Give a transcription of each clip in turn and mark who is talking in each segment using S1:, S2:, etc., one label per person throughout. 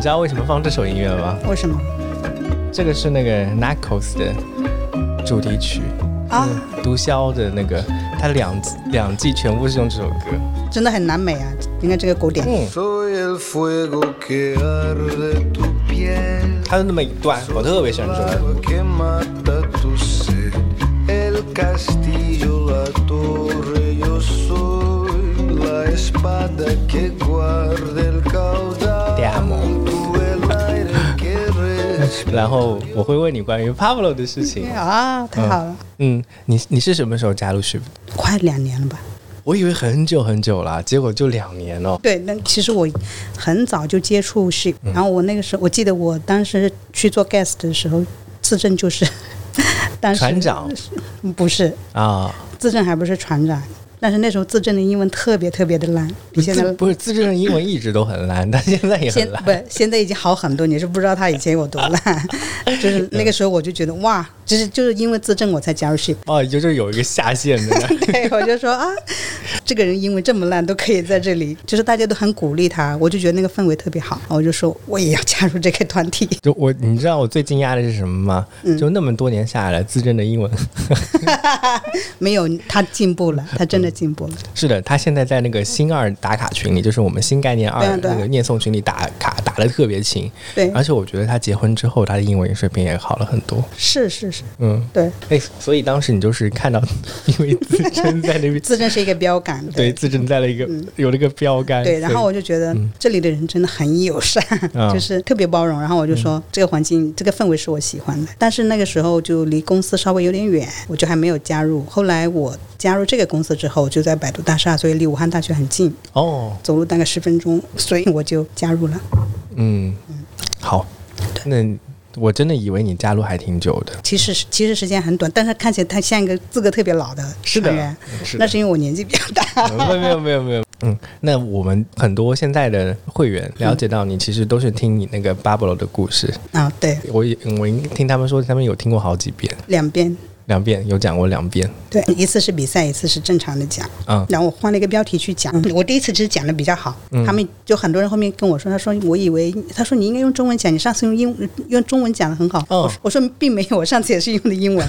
S1: 知道为什么放这首音乐吗？
S2: 为什么？
S1: 这个是那个 Knuckles 的主题曲，
S2: 啊，
S1: 毒枭的那个，他两两季全部是用这首歌。
S2: 真的很南美啊！你看这个狗点，
S1: 嗯，
S3: Soy el fuego que arde tu piel,
S1: 他的那么一段，我特别喜欢这首歌。
S3: agua que mata tu sed, el castillo, la torre, yo soy la espada que guarda el caudal,
S1: Te amo.
S3: tú el aire que respira.
S1: 然后我会问你关于 Pablo 的事情。
S2: 啊，太好了，
S1: 嗯，你你是什么时候加入 Shift？
S2: 快两年了吧？
S1: 我以为很久很久啦，结果就两年哦。
S2: 对，那其实我很早就接触 ship，然
S1: 嗯
S2: 后我那个时候，我记得我当时去做 guest 的时候，自证就是 当时
S1: 船长
S2: 不是
S1: 啊，
S2: 自证还不是船长，但是那时候自证的英文特别特别的烂，比现在
S1: 自不是自证的英文一直都很烂，但 现在也
S2: 现
S1: 很烂。
S2: 不现在已经好很多，你是不知道他以前有多 烂，就是那个时候我就觉得哇，就是就是因为自证我才加入 ship，
S1: 哦，就是有一个下限的 呢。
S2: 对，我就说啊，这个人英文这么烂都可以在这里，就是大家都很鼓励他，我就觉得那个氛围特别好，我就说我也要加入这个团体。
S1: 就我，你知道我最惊讶的是什么吗？
S2: 嗯
S1: 就那么多年下来，自证的英文
S2: 没有，他进步了，他真的进步了。
S1: 是的，他现在在那个新二打卡群里，就是我们新概念二
S2: 对啊对啊
S1: 那个念诵群里打卡打的特别勤。
S2: 对
S1: 而且我觉得他结婚之后，他的英文水平也好了很多。
S2: 是是是，
S1: 嗯，
S2: 对，
S1: 哎，所以当时你就是看到，因为自证在那边
S2: 自证是一个标杆。
S1: 对，自嗯证在了一个、有了一个标杆。
S2: 对，然后
S1: 所
S2: 我就觉得这里的人真的很友善，
S1: 啊
S2: 就是特别包容。然后我就说这个环
S1: 嗯
S2: 境、这个氛围是我喜欢的。但是那个时候就离公司稍微有点远，我就还没有加入。后来我加入这个公司之后，就在百度大厦，所以离武汉大学很近，
S1: 以哦，
S2: 走路大概十分钟，所以我就加入了。
S1: 嗯，好，那我真的以为你加入还挺久 的。
S2: 其实是其实时间很短，但是看起来他像一个资格特别老的
S1: 是的
S2: 成员
S1: 是的
S2: 那是因为我年纪比较大。
S1: 没有没有没有没有。嗯，那我们很多现在的会员了解到你，其实都是听你那个 Bablo 的故事。
S2: 啊，对，
S1: 我也我应听他们说，他们有听过好几遍，
S2: 两边
S1: 两遍有讲过两遍。
S2: 对，一次是比赛，一次是正常的讲。
S1: 嗯
S2: 然后我换了一个标题去讲，我第一次其实讲的比较好，他们就很多人后面跟我说，他说我以为他说你应该用中文讲，你上次用英用中文讲的很好，
S1: 哦
S2: 我说我说并没有，我上次也是用的英文，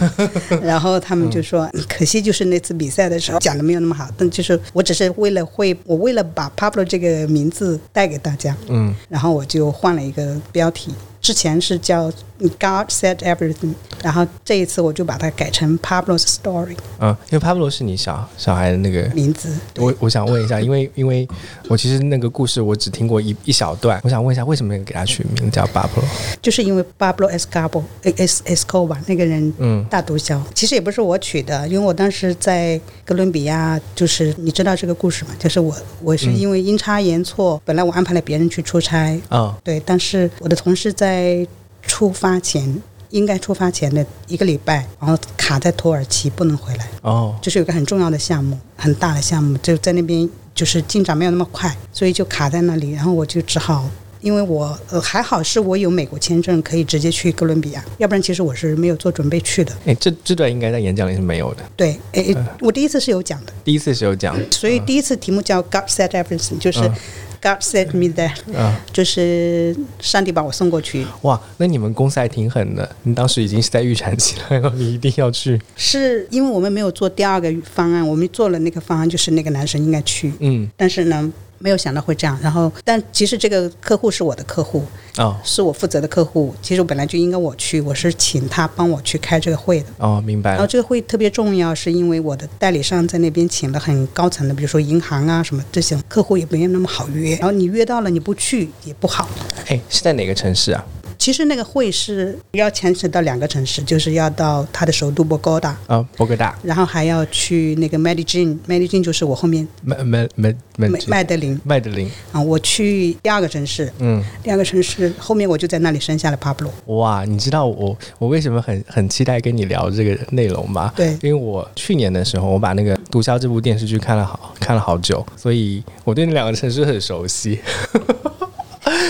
S2: 然后他们就说可惜就是那次比赛的时候讲的没有那么好，但就是我只是为了会我为了把 Pablo 这个名字带给大家，
S1: 嗯，
S2: 然后我就换了一个标题。之前是叫 God said everything，然后这一次我就把它改成 Pablo's story
S1: 嗯，因为 Pablo 是你小小孩的那个。
S2: 名字。
S1: 我我想问一下，因为因为我其实那个故事我只听过一一小段，我想问一下，为什么给他取名叫 Pablo？
S2: 就是因为 Pablo Escobar Es Escobar 那个人，
S1: 嗯
S2: 大毒枭，其实也不是我取的，因为我当时在哥伦比亚，就是你知道这个故事吗？就是我我是因为阴差阳错，本来我安排了别人去出差，
S1: 啊、
S2: 对，但是我的同事在出发前。应该出发前的一个礼拜，然后卡在土耳其不能回来，
S1: 哦，
S2: 就是有个很重要的项目，很大的项目，就在那边就是进展没有那么快，所以就卡在那里。然后我就只好，因为我呃还好是我有美国签证，可以直接去哥伦比亚，要不然其实我是没有做准备去的。
S1: 哎，这这段应该在演讲里是没有的，
S2: 对，诶，
S1: 嗯
S2: 我第一次是有讲的，
S1: 第一次是有讲，
S2: 所以第一次题目叫 God said everything，就是
S1: 嗯
S2: God said me that，、
S1: 嗯
S2: 就是上帝把我送过去。
S1: 哇，那你们公司还挺狠的，你当时已经是在预产期了，然后你一定要去，
S2: 是因为我们没有做第二个方案，我们做了那个方案，就是那个男生应该去，
S1: 嗯，
S2: 但是呢，没有想到会这样。然后，但其实这个客户是我的客户，
S1: 哦
S2: 是我负责的客户。其实我本来就应该我去，我是请他帮我去开这个会的。
S1: 哦，明白
S2: 然后
S1: 了，
S2: 这个会特别重要，是因为我的代理商在那边请了很高层的，比如说银行啊什么这些，客户也没有那么好约。然后你约到了你不去也不好。
S1: 哎，是在哪个城市啊？
S2: 其实那个会是要牵扯到两个城市，就是要到他的首都博哥达，
S1: 啊，博格大，
S2: 然后还要去那个 Medellin，Medellin 就是我后面
S1: 麦麦麦麦
S2: 麦麦德林
S1: 麦德林，
S2: 啊，我去第二个城市，
S1: 嗯，
S2: 第二个城市后面我就在那里生下了 Pablo。
S1: 哇，你知道我我为什么很很期待跟你聊这个内容吗？
S2: 对
S1: 因为我去年的时候，我把那个《毒枭》这部电视剧看了好看了好久，所以我对那两个城市很熟悉。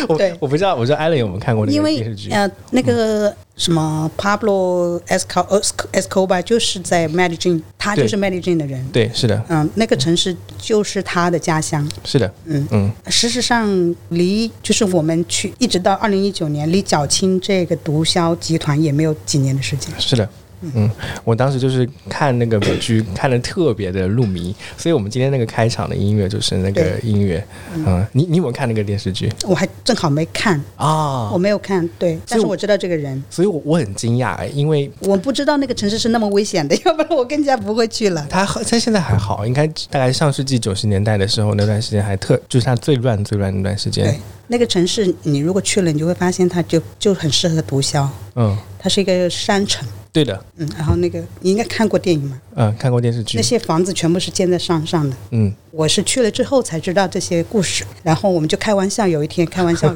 S1: 我
S2: 对
S1: 我不知道，我知道艾伦有没有看过那
S2: 因
S1: 个
S2: 为
S1: 电视剧？
S2: 呃，那个什么 Pablo Esco- 呃 Escobar 就是在 Medellin，他
S1: 对
S2: 就是 Medellin 的人。
S1: 对，是的，
S2: 嗯，那个城市就是他的家乡。
S1: 是的，
S2: 嗯
S1: 嗯，
S2: 事实上，离就是我们去一直到二零一九年，离缴清这个毒枭集团也没有几年的时间。
S1: 是的。嗯，我当时就是看那个美剧，看的特别的入迷，所以我们今天那个开场的音乐就是那个音乐。嗯，你你有没有看那个电视剧
S2: 我还正好没看，
S1: 啊
S2: 我没有看，对，但是我知道这个人。
S1: 所以我我很惊讶、因为
S2: 我不知道那个城市是那么危险的， 要不然我更加不会去了。
S1: 他他现在还好，应该大概上世纪九十年代的时候那段时间还特，就是他最乱最乱那段时间
S2: 对。，那个城市你如果去了，你就会发现它就就很适合毒枭，
S1: 嗯，
S2: 它是一个山城。
S1: 对的，
S2: 嗯，然后那个你应该看过电影嘛？
S1: 嗯，看过电视剧
S2: 那，些房子全部是建在山上的。
S1: 嗯，
S2: 我是去了之后才知道这些故事，然后我们就开玩笑，有一天开玩 笑，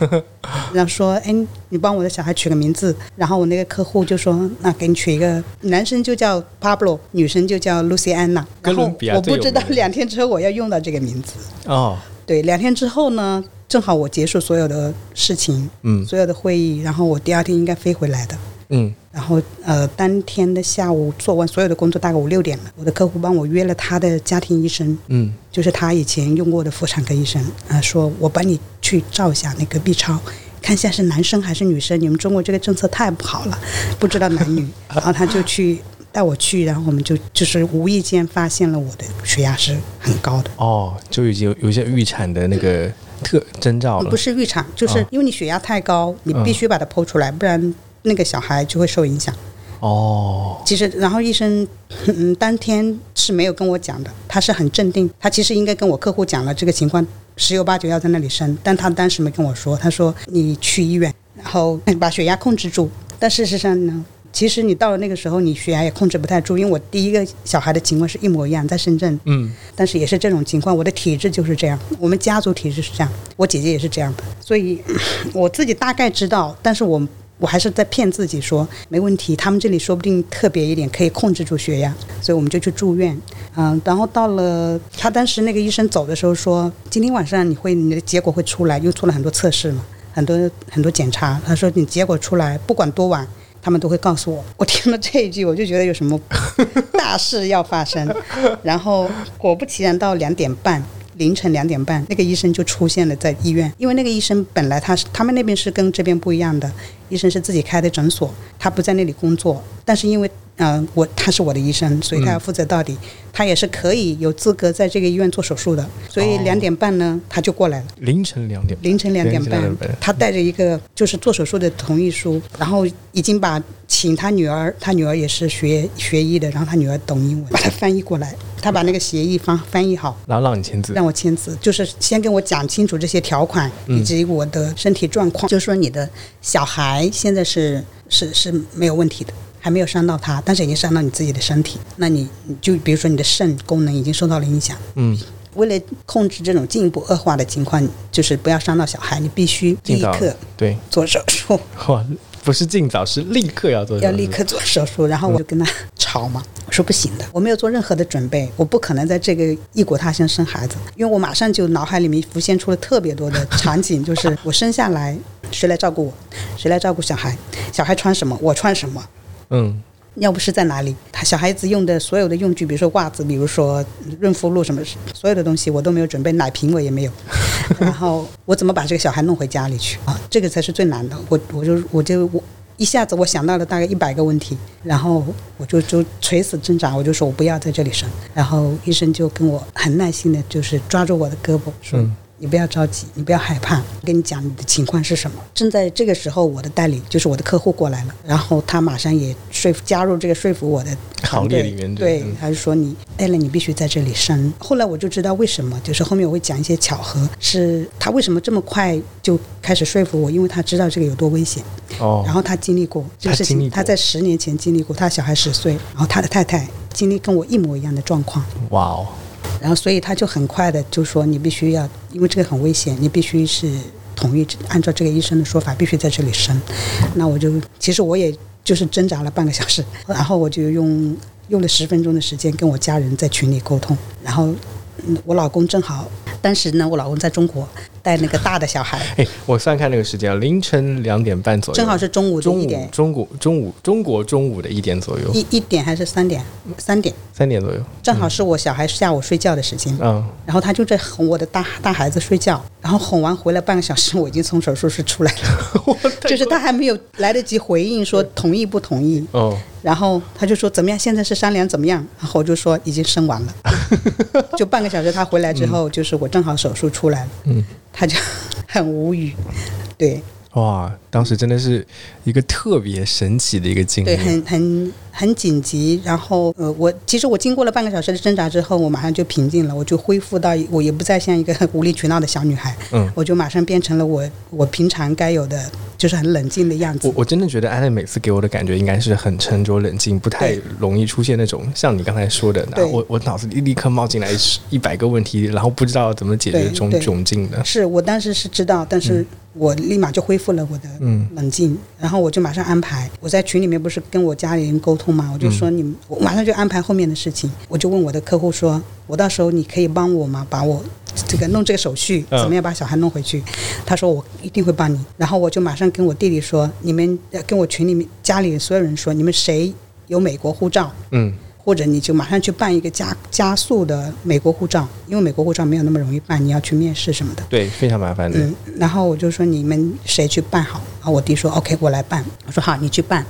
S2: 然后说：“哎，你帮我的小孩取个名字。”然后我那个客户就说：“那给你取一个，男生就叫 Pablo，女生就叫 Luciana。”
S1: 哥
S2: 然后
S1: 伦比亚
S2: 我
S1: 最
S2: 不
S1: 有
S2: 知道
S1: 名的
S2: 两天之后我要用到这个名字。
S1: 哦，
S2: 对，两天之后呢，正好我结束所有的事情，
S1: 嗯
S2: 所有的会议，然后我第二天应该飞回来的。
S1: 嗯，
S2: 然后呃，当天的下午做完所有的工作，大概五六点了，我的客户帮我约了他的家庭医生，
S1: 嗯，
S2: 就是他以前用过的妇产科医生，啊、说我帮你去照一下那个 B 超。看一下是男生还是女生，你们中国这个政策太不好了，不知道男女。然后他就去带我去，然后我们就就是无意间发现了我的血压是很高的，
S1: 哦，就已经有有一些预产的那个特征兆了。
S2: 不是预产，就是因为你血压太高，你必须把它剖出来，不然那个小孩就会受影响。
S1: 哦，
S2: 其实，然后医生，嗯，当天是没有跟我讲的，他是很镇定。他其实应该跟我客户讲了这个情况，十有八九要在那里生，但他当时没跟我说。他说你去医院，然后嗯把血压控制住。但事实上呢，其实你到了那个时候，你血压也控制不太住，因为我第一个小孩的情况是一模一样，在深圳，
S1: 嗯，
S2: 但是也是这种情况，我的体质就是这样，我们家族体质是这样，我姐姐也是这样的，所以嗯我自己大概知道，但是我我还是在骗自己说没问题，他们这里说不定特别一点可以控制住血压，所以我们就去住院，嗯，然后到了他当时那个医生走的时候说，今天晚上你会你的结果会出来，又做了很多测试嘛，很多很多检查，他说你结果出来不管多晚。他们都会告诉我，我听了这一句，我就觉得有什么大事要发生。然后果不其然，到两点半。凌晨两点半，那个医生就出现了在医院，因为那个医生本来他是他们那边是跟这边不一样的，医生是自己开的诊所，他不在那里工作，但是因为嗯、呃我他是我的医生，所以他要负责到底，他也是可以有资格在这个医院做手术的，所以
S1: 哦
S2: 两点半呢他就过来了。
S1: 凌晨两点，
S2: 凌晨两点
S1: 凌晨
S2: 半
S1: 2点半，
S2: 他带着一个就是做手术的同意书，然后已经把请他女儿，他女儿也是学学医的，然后他女儿懂英文，把他翻译过来，他把那个协议翻翻译好，
S1: 然后让你签字。
S2: 让我签字，就是先跟我讲清楚这些条款以及我的身体状况，就是说你的小孩现在是是是没有问题的。还没有伤到他，但是已经伤到你自己的身体。那你你就比如说你的肾功能已经受到了影响，
S1: 嗯，
S2: 为了控制这种进一步恶化的情况，就是不要伤到小孩，你必须
S1: 尽
S2: 立
S1: 早
S2: 刻
S1: 对，
S2: 做手术，
S1: 哇，不是尽早，是立刻要做。
S2: 要立。刻做手术。然后我就跟他吵嘛，我说不行的，我没有做任何的准备，我不可能在这个异国他乡生孩子，因为我马上就脑海里面浮现出了特别多的场景，就是我生下来谁来照顾我，谁来照顾小孩，小孩穿什么我穿什么，
S1: 嗯，
S2: 尿不湿在哪里？他小孩子用的所有的用具，比如说袜子，比如说润肤露什么，所有的东西我都没有准备，奶瓶我也没有。然后我怎么把这个小孩弄回家里去啊？这个才是最难的。我我就我就我一下子我想到了大概一百个问题，然后我就就垂死挣扎，我就说我不要在这里生。然后医生就跟我很耐心的，就是抓住我的胳膊说。
S1: 嗯
S2: 你不要着急，你不要害怕。我跟你讲你的情况是什么。正在这个时候，我的代理就是我的客户过来了，然后他马上也说服加入这个说服我的团
S1: 行列
S2: 队
S1: 里面对
S2: 对
S1: 嗯，
S2: 他就说你艾伦，你必须在这里生。后来我就知道为什么，就是后面我会讲一些巧合，是他为什么这么快就开始说服我，因为他知道这个有多危险。
S1: 哦，
S2: 然后他经历过这个事
S1: 他经历
S2: 情，
S1: 过
S2: 他在十年前经历过，他小孩十岁，然后他的太太经历跟我一模一样的状况。
S1: 哇哦，
S2: 然后所以他就很快的就说你必须要，因为这个很危险，你必须是同意按照这个医生的说法，必须在这里生。那我就其实我也就是挣扎了半个小时，然后我就用用了十分钟的时间跟我家人在群里沟通，然后嗯我老公正好当时呢，我老公在中国带那个大的小孩，
S1: 哎，我算看那个时间啊，凌晨两点半左右，
S2: 正好是中午的
S1: 中
S2: 一
S1: 午
S2: 点，
S1: 中午中午中国中午的一点左右，
S2: 一一点还是三点，三点，
S1: 三点左右，
S2: 正好是我小孩下午睡觉的时间。
S1: 嗯，
S2: 然后他就在哄我的大大孩子睡觉，然后哄完回来半个小时，我已经从手术室出来了， 就是他还没有来得及回应说同意不同意，
S1: 哦，
S2: 然后他就说怎么样，现在是商量怎么样，然后我就说已经生完了，就半个小时他回来之后，就是我正好手术出来了，
S1: 嗯，
S2: 他就 很无语，对
S1: 哇，当时真的是一个特别神奇的一个经
S2: 对，
S1: 历，啊
S2: 很很很紧急，然后呃，我其实我经过了半个小时的挣扎之后，我马上就平静了，我就恢复到我也不再像一个 无理取闹的小女孩，
S1: 嗯。
S2: 我就马上变成了我我平常该有的，就是很冷静的样
S1: 我
S2: 子。
S1: 我真的觉得安娜每次给我的感觉应该是很沉着冷静，不太
S2: 对
S1: 容易出现那种像你刚才说的，然
S2: 对
S1: 后我我脑子里立刻冒进来一百个问题，然后不知道怎么解决
S2: 对
S1: 中
S2: 对
S1: 窘境的。
S2: 是我当时是知道，但是我立马就恢复了我的
S1: 嗯
S2: 冷静，然后我就马上安排。我在群里面不是跟我家里人沟通嘛，
S1: 嗯
S2: 我就说你，我马上就安排后面的事情。我就问我的客户说，我到时候你可以帮我吗？把我这个弄这个手续，
S1: 嗯
S2: 怎么样把小孩弄回去？他说我一定会帮你。然后我就马上跟我弟弟说，你们呃跟我群里面家里所有人说，你们谁有美国护照，
S1: 嗯
S2: 或者你就马上去办一个加加速的美国护照，因为美国护照没有那么容易办，你要去面试什么的。
S1: 对，非常麻烦的。
S2: 嗯，然后我就说你们谁去办好？啊，我弟说 OK，我来办。我说好，你去办，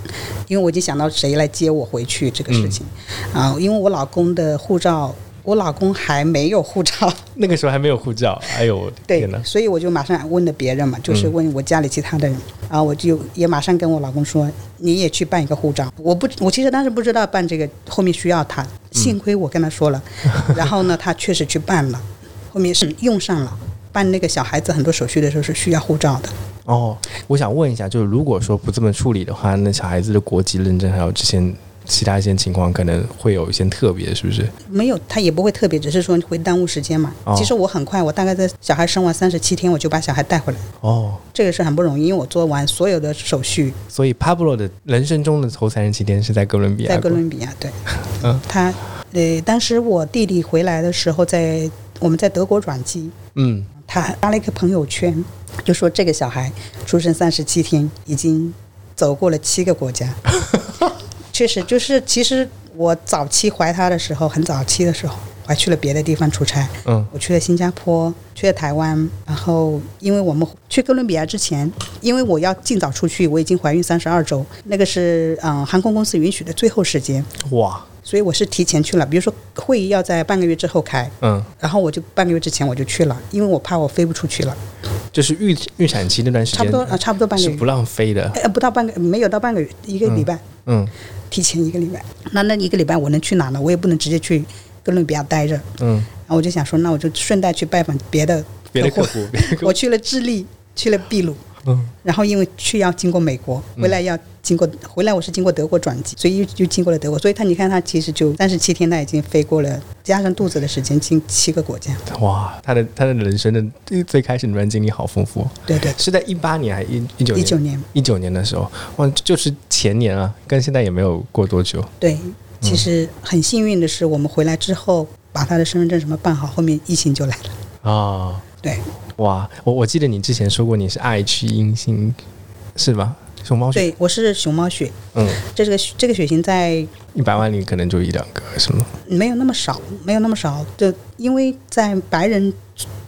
S2: 因为我已经想到谁来接我回去这个事情。
S1: 嗯
S2: 啊，因为我老公的护照，我老公还没有护照，
S1: 那个时候还没有护照，哎呦，我的
S2: 对
S1: 天哪，！嗯
S2: 所以我就马上问了别人嘛，就是问我家里其他的人，然后我就也马上跟我老公说，你也去办一个护照。我不，我其实当时不知道办这个，后面需要他，
S1: 嗯
S2: 幸亏我跟 他说了，然后呢，他确实去办了，后面是用上了。办那个小孩子很多手续的时候是需要护照的，
S1: 哦，我想问一下，就是如果说不这么处理的话，那小孩子的国籍认证还有之前其他一些情况，可能会有一些特别，是不是？
S2: 没有他也不会特别，只是说会耽误时间嘛。
S1: 哦
S2: 其实我很快，我大概在小孩生完三十七天，我就把小孩带回来，
S1: 哦，
S2: 这个是很不容易，因为我做完所有的手续，
S1: 所以 Pablo 的人生中的头三十七天是在哥伦比亚过，
S2: 在哥伦比亚，对，
S1: 嗯
S2: 他呃，当时我弟弟回来的时候在，我们在德国转机，
S1: 嗯，
S2: 他发了一个朋友圈，就说这个小孩出生三十七天，已经走过了七个 国家，确实就是其实我早期怀他的时候，很早期的时候，我还去了别的地方出差，
S1: 嗯，
S2: 我去了新加坡，去了台湾，然后因为我们去哥伦比亚之前，因为我要尽早出去，我已经怀孕三十二周，那个是嗯、呃航空公司允许的最后时间，
S1: 哇，
S2: 所以我是提前去了。比如说会议要在半个月之后开，
S1: 嗯，
S2: 然后我就半个月之前我就去了，因为我怕我飞不出去了，
S1: 就是预预产期那段时间，
S2: 差不多啊、呃差不多半个
S1: 是
S2: 月
S1: 不，浪费的，
S2: 呃，不到半个，没有到半个月，一个礼拜，
S1: 嗯
S2: 提前一个礼拜。那那一个礼拜我能去哪呢？我也不能直接去哥伦比亚待着，然
S1: 嗯，
S2: 后我就想说，那我就顺带去拜访别的
S1: 别的客户，别的客户
S2: 我去了智利，去了秘鲁，
S1: 嗯，
S2: 然后因为去要经过美国，回来要经过，回来我是经过德国转机，所以又又经过了德国，所以他你看他其实就三十七天，他已经飞过了，加上肚子的时间，经七个国家。
S1: 哇，他的他的人生的最最开始那段经历好丰富，
S2: 对对，
S1: 是在一八年还一一九
S2: 一
S1: 年
S2: 九年，
S1: 一九年的时候，哇，就是前年啊，跟现在也没有过多久，
S2: 对，其实很幸运的是，我们回来之后把他的身份证什么办好，后面疫情就来了。
S1: 啊、
S2: 对
S1: 哇，我我记得你之前说过你是 I 区阴性，是吧？熊猫血，
S2: 对，我是熊猫血，
S1: 嗯，
S2: 这个这个血型在
S1: 一百万里可能就一两个，是吗？
S2: 没有那么少，没有那么少，就因为在白人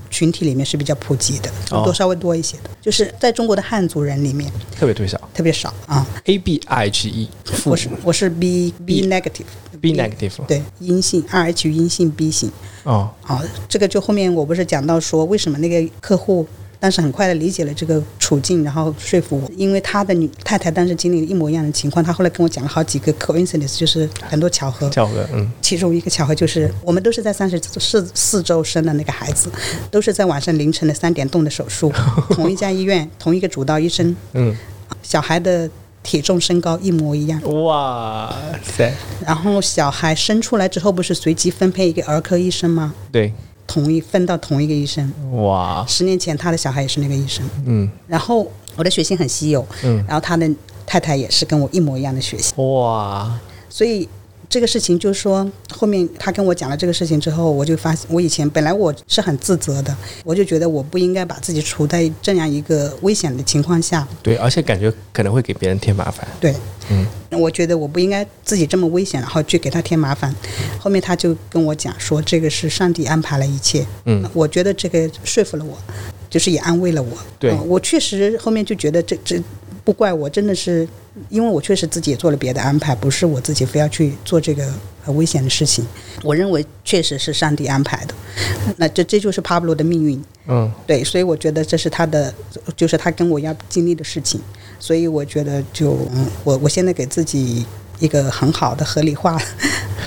S2: 群体里面是比较普及的，
S1: 哦
S2: 多稍微多一些的，就是在中国的汉族人里面
S1: 特别特别少
S2: 特别少啊。
S1: ，A B I H E 负
S2: 我是我是 B B negative
S1: B negative
S2: 对阴性 Rh 阴性 B 型
S1: 哦，
S2: 啊，这个就后面我不是讲到说为什么那个客户。但是很快的理解了这个处境，然后说服我，因为他的女太太当时经历了一模一样的情况，他后来跟我讲了好几个 coincidence，就是很多巧合。
S1: 叫个嗯
S2: 其中一个巧合就是，我们都是在三十四四周生的那个孩子，都是在晚上凌晨的三点动的手术，同一家医院，同一个主刀医生，
S1: 嗯，
S2: 小孩的体重身高一模一样。
S1: 哇塞，
S2: 然后小孩生出来之后，不是随机分配一个儿科医生吗？
S1: 对，
S2: 同一分到同一个医生。
S1: 哇，
S2: 十年前他的小孩也是那个医生。
S1: 嗯
S2: 然后我的血型很稀有，
S1: 嗯
S2: 然后他的太太也是跟我一模一样的血型，
S1: 哇，
S2: 所以这个事情就是说，后面他跟我讲了这个事情之后，我就发现，我以前本来我是很自责的，我就觉得我不应该把自己处在这样一个危险的情况下，
S1: 对，而且感觉可能会给别人添麻烦。
S2: 对，
S1: 嗯，
S2: 我觉得我不应该自己这么危险，然后去给他添麻烦。后面他就跟我讲说，这个是上帝安排了一切。
S1: 嗯，
S2: 我觉得这个说服了我，就是也安慰了我。
S1: 对
S2: 嗯我确实后面就觉得这这不怪我，真的是因为我确实自己也做了别的安排，不是我自己非要去做这个很危险的事情。我认为确实是上帝安排的，那这这就是帕布罗的命运。
S1: 嗯，
S2: 对，所以我觉得这是他的，就是他跟我要经历的事情，所以我觉得就嗯我我现在给自己一个很好的合理化、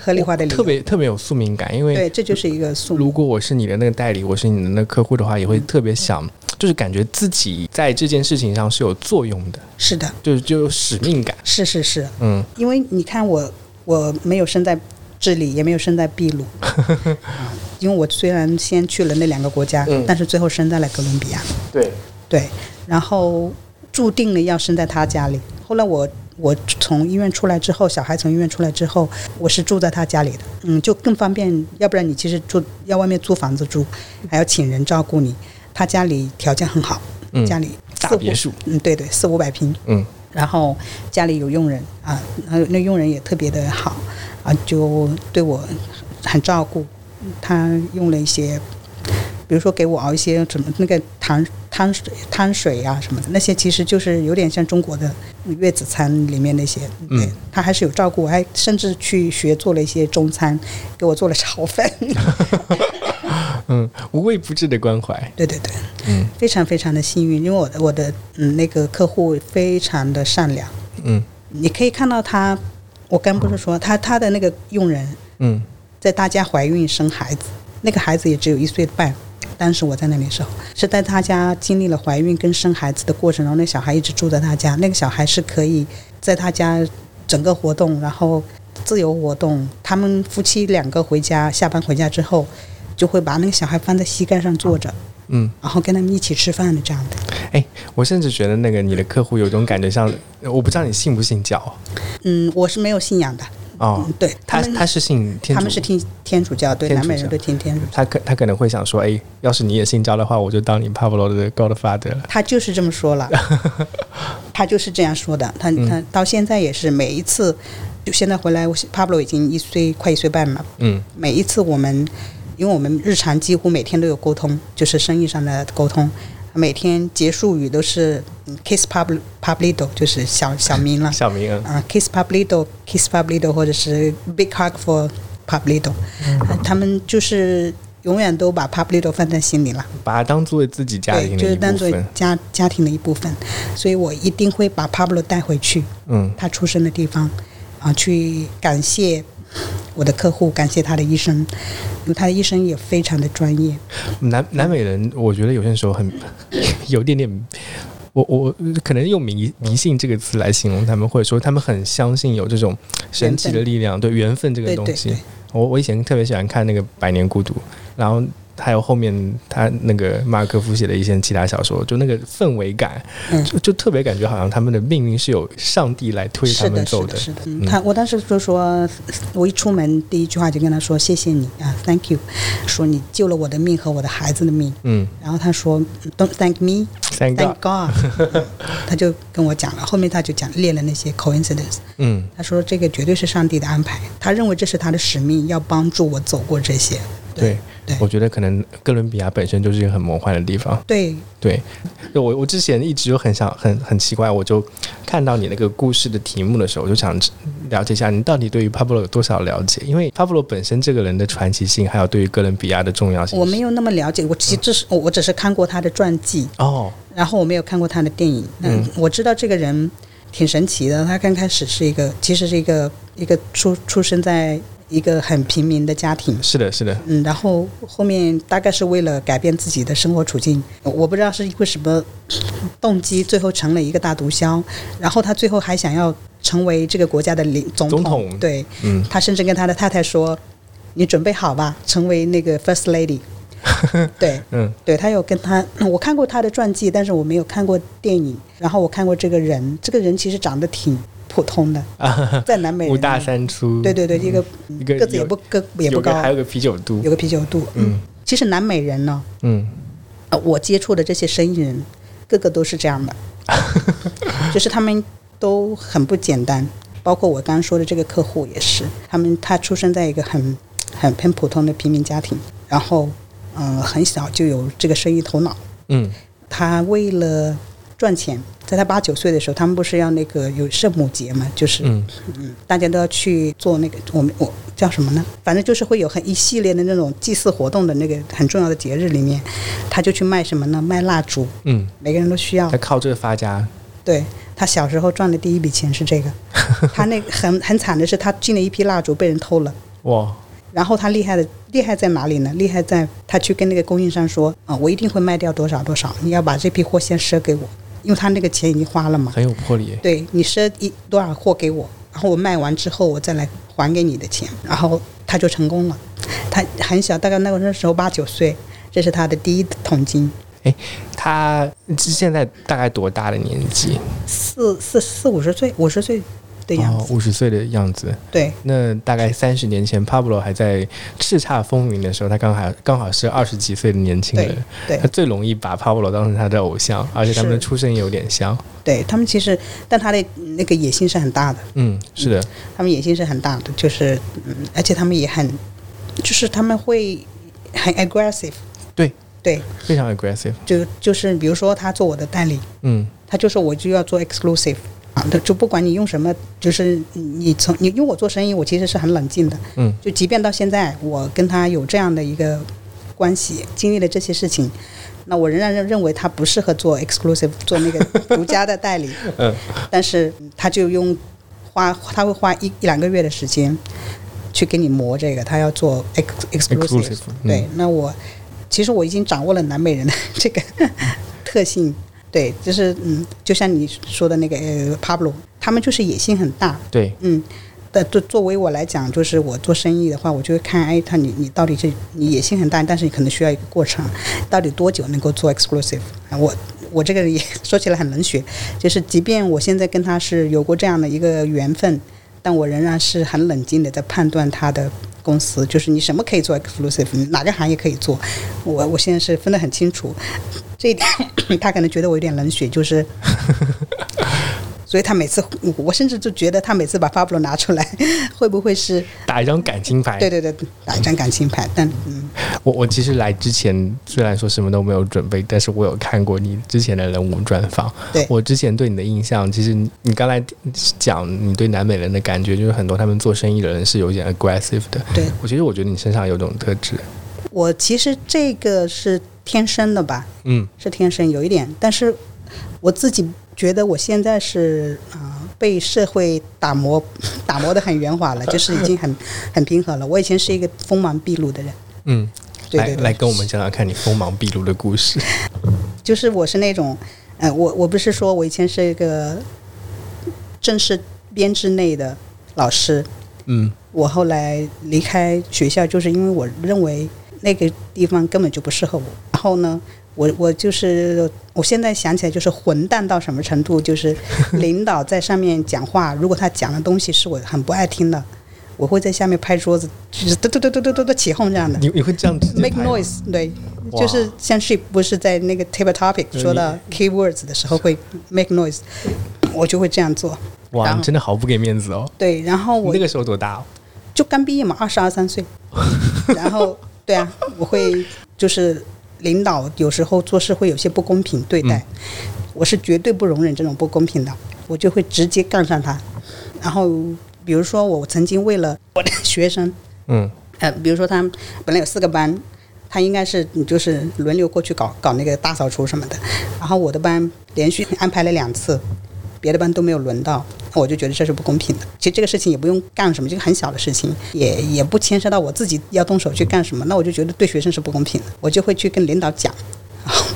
S2: 合理化的理由，
S1: 特别特别有宿命感，因
S2: 对，
S1: 为
S2: 这就是一个宿
S1: 如
S2: 命。
S1: 果我是你的那个代理，我是你的那个客户的话，也会特别
S2: 嗯
S1: 想，就是感觉自己在这件事情上是有作用的，
S2: 是的，
S1: 就是就有使命感。
S2: 是是是，
S1: 嗯，
S2: 因为你看我我没有生在智利，也没有生在秘 鲁，嗯因为我虽然先去了那两个国家，
S1: 嗯
S2: 但是最后生在了哥伦比亚。
S1: 对，
S2: 对，然后注定了要生在他家里。后来我我从医院出来之后，小孩从医院出来之后，我是住在他家里的，嗯，就更方便。要不然你其实住要外面租房子住，还要请人照顾你。他家里条件很好，
S1: 嗯
S2: 家里
S1: 大
S2: 四五
S1: 别墅，
S2: 嗯，对对，四五百平，
S1: 嗯，
S2: 然后家里有佣人啊，那那佣人也特别的好啊，就对我很照顾。他用了一些，比如说给我熬一些什么那个糖汤水、汤水啊什么的，那些其实就是有点像中国的月子餐里面那些。
S1: 嗯
S2: 对，他还是有照顾我，还甚至去学做了一些中餐，给我做了炒饭。
S1: 嗯，无微不至的关怀。
S2: 对对对，
S1: 嗯
S2: 非常非常的幸运，因为我的我的嗯那个客户非常的善良。
S1: 嗯
S2: 你可以看到他，我刚不是说他他的那个佣人
S1: 嗯，
S2: 在大家怀孕生孩子，那个孩子也只有一岁半。当时我在那里的时候，是在他家经历了怀孕跟生孩子的过程中，那小孩一直住在他家，那个小孩是可以在他家整个活动，然后自由活动。他们夫妻两个回家，下班回家之后，就会把那个小孩放在膝盖上坐着，
S1: 嗯，
S2: 然后跟他们一起吃饭的这样的。
S1: 哎，我甚至觉得那个你的客户有种感觉像，我不知道你信不信教
S2: 嗯，我是没有信仰的，
S1: 哦
S2: 嗯，，对
S1: 他
S2: 们
S1: 他是信天
S2: 他
S1: 主
S2: 们是听天主教，对，
S1: 天主
S2: 南美人
S1: 教
S2: 都听天主教。
S1: 他可他可能会想说，哎，要是你也信教的话，我就当你帕布罗的 Godfather 了。
S2: 他就是这么 说了，他就是这样说的。他
S1: 嗯
S2: 他到现在也是每一次，就现在回来，我是 Pablo 已经一岁快一岁半嘛，
S1: 嗯，
S2: 每一次我们，因为我们日常几乎每天都有沟通，就是生意上的沟通，每天结束语都是嗯 kiss Pablo Pablito，就是小小名了
S1: 小明啊，
S2: 啊，kiss Pablito，kiss Pablito，或者是 big hug for Pablito，、啊
S1: 嗯
S2: 他们就是永远都把 Pablito 放在心里了。
S1: 把它当做自己家
S2: 对，
S1: 庭
S2: 就
S1: 的
S2: 是
S1: 一
S2: 当
S1: 部
S2: 做
S1: 分。
S2: 家家庭的一部分，所以我一定会把 Pablo 带回去，
S1: 嗯
S2: 他出生的地方，啊，去感谢我的客户，感谢他的医生，因为他的医生也非常的专业，
S1: 南南美人，我觉得有些时候很 有点点，我我可能用迷迷信这个词来形容他们，或者说他们很相信有这种神奇的力量，对缘分这个
S2: 对
S1: 东
S2: 对
S1: 西
S2: 对。
S1: 我我以前特别喜欢看那个《百年孤独》，然后还有后面他那个马尔科夫写的一些其他小说，就那个氛围感，
S2: 嗯
S1: 就就特别感觉好像他们的命运是有上帝来推他
S2: 是
S1: 们
S2: 的，
S1: 走
S2: 是
S1: 的
S2: 的，。是的。嗯，他我当时就说，我一出门第一句话就跟他说谢谢你啊，Thank you，说你救了我的命和我的孩子的命。
S1: 嗯
S2: 然后他说，Don't thank me,
S1: ，Thank God
S2: thank。God 嗯。他就跟我讲了，后面他就讲列了那些 coincidence。
S1: 嗯
S2: 他说这个绝对是上帝的安排，他认为这是他的使命，要帮助我走过这些。，
S1: 对，
S2: 对
S1: 我觉得可能哥伦比亚本身就是一个很魔幻的地方。
S2: 对，
S1: 对，就我我之前一直就很想很很奇怪，我就看到你那个故事的题目的时候，我就想了解一下你到底对于帕布罗有多少了解？因为帕布罗本身这个人的传奇性，还有对于哥伦比亚的重要性是，
S2: 我没有那么了解，我其实只是我我只是看过他的传记，
S1: 哦，
S2: 然后我没有看过他的电影。嗯，我知道这个人挺神奇的，他刚开始是一个，其实是一个一个出出生在一个很平民的家庭。
S1: 是的，是的，
S2: 嗯，然后后面大概是为了改变自己的生活处境，我不知道是因为什么动机，最后成了一个大毒枭。然后他最后还想要成为这个国家的领总统，
S1: 总统
S2: 对，
S1: 嗯
S2: 他甚至跟他的太太说：“你准备好吧，成为那个 first lady。” 对，
S1: 嗯
S2: 对他有跟他，我看过他的传记，但是我没有看过电影。然后我看过这个人，这个人其实长得挺普通的，在南美人
S1: 五大三粗，
S2: 对对对，一个嗯
S1: 一个
S2: 个子也
S1: 有
S2: 不个也
S1: 有
S2: 不
S1: 个
S2: 高
S1: 还，有个啤酒肚
S2: 有，个啤酒肚。嗯，其实南美人呢，
S1: 嗯，
S2: 呃，我接触的这些生意人，个个都是这样的，就是他们都很不简单。包括我刚刚说的这个客户也是，他们他出生在一个很很很普通的平民家庭，然后嗯、呃很小就有这个生意头脑。
S1: 嗯
S2: 他为了赚钱，在他八九岁的时候，他们不是要那个有圣母节嘛，就是
S1: 嗯
S2: 嗯，大家都要去做那个我们我叫什么呢？反正就是会有很一系列的那种祭祀活动的那个很重要的节日里面，他就去卖什么呢？卖蜡烛，
S1: 嗯，
S2: 每个人都需要
S1: 他。靠这个发家，
S2: 对他小时候赚的第一笔钱是这个，他那个很很惨的是，他进了一批蜡烛被人偷了。
S1: 哇，
S2: 然后他厉害的厉害在哪里呢？厉害在他去跟那个供应商说啊，我一定会卖掉多少多少，你要把这批货先赊给我，因为他那个钱已经花了嘛。
S1: 很有魄力，
S2: 对你赊一多少货给我，然后我卖完之后我再来还给你的钱，然后他就成功了。他很小，大概那个那时候八九岁，这是他的第一桶金，
S1: 哎，他现在大概多大的年纪？
S2: 四四四五十岁，五十岁的样
S1: 哦
S2: 子。，
S1: 五十岁的样子。
S2: 对
S1: 那大概三十年前，Pablo 还在叱咤风云的时候，他刚好刚好是二十几岁的年轻
S2: 对
S1: 人，
S2: 对
S1: 他最容易把 Pablo 当成他的偶像，而且他们的
S2: 是
S1: 出身有点像。
S2: 对，他们其实，但他的那个野心是很大的。
S1: 嗯，是的，
S2: 他们野心是很大的，就是嗯，而且他们也很，就是他们会很 aggressive，
S1: 对，
S2: 对，
S1: 非常 aggressive。
S2: 就就是比如说他做我的代理，
S1: 嗯
S2: 他就说我就要做 exclusive 啊，他就不管你用什么，就是你从你因为我做生意，我其实是很冷静的，
S1: 嗯
S2: 就即便到现在我跟他有这样的一个关系，经历了这些事情。那我仍然认认为他不适合做 exclusive 做 那个独家的代理，
S1: 嗯
S2: 但是他就用花他会花一一两个月的时间去给你磨这个，他要做 ex exclusive,
S1: Exclusive，嗯
S2: 对，那我其实我已经掌握了南美人的这个 特性。对，就是嗯，就像你说的那个呃，Pablo，他们就是野心很大，
S1: 对，
S2: 嗯，但作作为我来讲，就是我做生意的话，我就会看，哎，他你你到底是你野心很大，但是你可能需要一个过程，到底多久能够做 exclusive？啊我我这个人也 说起来很冷血，就是即便我现在跟他是有过这样的一个缘分，但我仍然是很冷静的在判断他的。公司就是你什么可以做 exclusive，你哪个行业可以做，我我现在是分得很清楚，这一点 他可能觉得我有点冷血，就是所以他每次，我我甚至就觉得他每次把 Pablo 拿出来， 会不会是
S1: 打一张感情牌。
S2: 对对对打一张感情牌？但嗯，
S1: 我我其实来之前虽然说什么都没有准备，但是我有看过你之前的人物专访。
S2: 对
S1: 我之前对你的印象，其实你你刚才讲你对南美人的感觉，就是很多他们做生意的人是有一点 aggressive 的。
S2: 对
S1: 我其实我觉得你身上有这种特质。
S2: 我其实这个是天生的吧，
S1: 嗯
S2: 是天生有一点，但是我自己觉得我现在是啊、呃被社会打磨打磨的很圆滑了，就是已经很很平和了。我以前是一个锋芒毕露的人，
S1: 嗯，
S2: 对对
S1: 来
S2: 对
S1: 来跟我们讲讲看你锋芒毕露的故事。
S2: 就是我是那种，呃，我我不是说我以前是一个正式编制内的老师，
S1: 嗯
S2: 我后来离开学校，就是因为我认为那个地方根本就不适合我。然后呢，我我就是我现在想起来就是混蛋到什么程度，就是领导在上面讲话，如果他讲的东西是我很不爱听的，我会在下面拍桌子，就是嘟嘟嘟嘟嘟嘟嘟起哄这样的。
S1: 你你会这样直接
S2: Make
S1: 拍吗
S2: noise，对，
S1: 哇
S2: 就是像 Sheep 不是在那个 table topic
S1: 对
S2: 说到 keywords 的时候会 make noise，我就会这样做。
S1: 哇，
S2: 然后
S1: 你真的毫不给面子哦。
S2: 对，然后
S1: 你
S2: 我
S1: 那个时候多大、哦？
S2: 就刚毕业嘛，二十二三岁， 然后对啊，我会就是领导有时候做事会有些不公平对待，我是绝对不容忍这种不公平的，我就会直接杠上他。然后比如说我曾经为了我的学生，
S1: 嗯
S2: 呃，比如说他本来有四个班，他应该是你就是轮流过去搞搞那个大扫除什么的，然后我的班连续安排了两次，别的班都没有轮到，我就觉得这是不公平的。其实这个事情也不用干什么，这个很小的事情，也也不牵涉到我自己要动手去干什么，那我就觉得对学生是不公平的，我就会去跟领导讲， 然后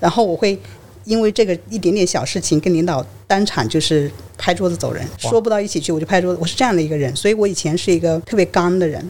S2: 然后我会。因为这个一点点小事情，跟领导当场就是拍桌子走人，
S1: 哇
S2: 说不到一起去，我就拍桌子。我是这样的一个人，所以我以前是一个特别刚的人，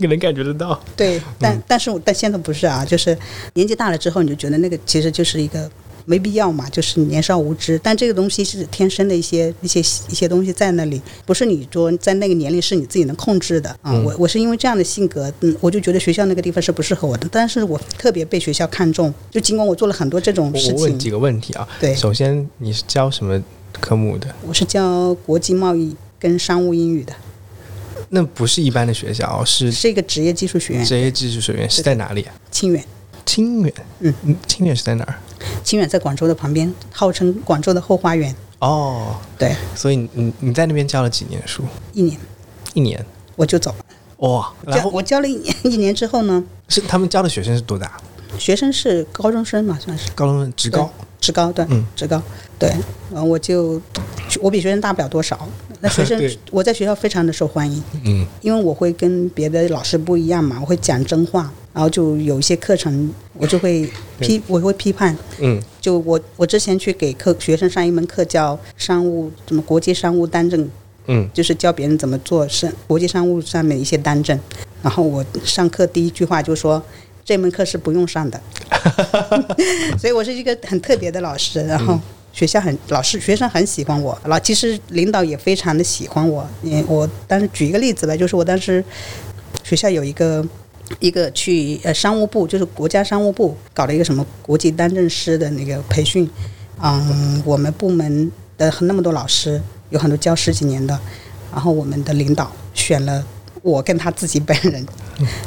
S1: 你能感觉得到。
S2: 对，但但是我但现在不是啊，就是年纪大了之后，你就觉得那个其实就是一个没必要嘛，就是你年少无知。但这个东西是天生的一些一些一些东西在那里，不是你说在那个年龄是你自己能控制的啊。
S1: 嗯
S2: 我我是因为这样的性格，嗯，我就觉得学校那个地方是不适合我的，但是我特别被学校看重，就尽管我做了很多这种
S1: 我
S2: 事
S1: 我问几
S2: 情，
S1: 个问题啊，
S2: 对
S1: 首先你是教什么科目的？
S2: 我是教国际贸易跟商务英语的，
S1: 那不是一般的学校，哦是
S2: 是一个职业技术学院，
S1: 职业技术学院，是在哪里啊？
S2: 清远。
S1: 清远，
S2: 嗯
S1: 嗯，清远是在哪儿？
S2: 清远在广州的旁边，号称广州的后花园。
S1: 哦，
S2: 对，
S1: 所以你你你在那边教了几年书？
S2: 一年
S1: 一年，
S2: 我就走了。
S1: 哇！然
S2: 教
S1: 后
S2: 我教了一年，一年之后呢，
S1: 是他们教的学生是多大？
S2: 学生是高中生嘛，算是
S1: 高中生、职高
S2: 对，职高对
S1: 嗯，
S2: 职高对，然后我就我比学生大不了 多少。那学生
S1: 对
S2: 我在学校非常的受欢迎，
S1: 嗯，
S2: 因为我会跟别的老师不一样嘛，我会讲真话，然后就有一些课程我就会批，我会批判。
S1: 嗯，
S2: 就我我之前去给课学生上一门课叫商务怎么国际商务单证
S1: 嗯，
S2: 就是教别人怎么做商国际商务上面一些单证。然后我上课第一句话就说。这门课是不用上的，所以我是一个很特别的老师。然后学校很老师学生很喜欢我，老其实领导也非常的喜欢我。嗯，我当时举一个例子吧，就是我当时学校有一个一个去呃商务部，就是国家商务部搞了一个什么国际单证师的那个培训，嗯，我们部门的那么多老师，有很多教十几年的，然后我们的领导选了我跟他自己本人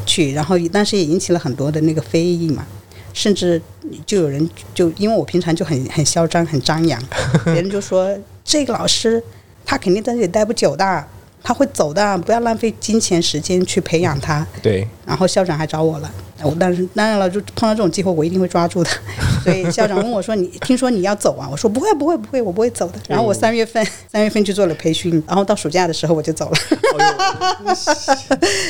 S2: 去，然后当时也引起了很多的那个非议嘛。甚至就有人就因为我平常就很很嚣张很张扬，别人就说这个老师他肯定在这里待不久的，他会走的，不要浪费金钱时间去培养他。
S1: 对，
S2: 然后校长还找我了，我当时当然了，就碰到这种机会，我一定会抓住的。 所以校长问我说：“你听说你要走啊？”我说：“不会，不会，不会，我不会
S1: 嗯
S2: 走的。”然后我三月份三月份去做了培训，然后到暑假的时候我就走了。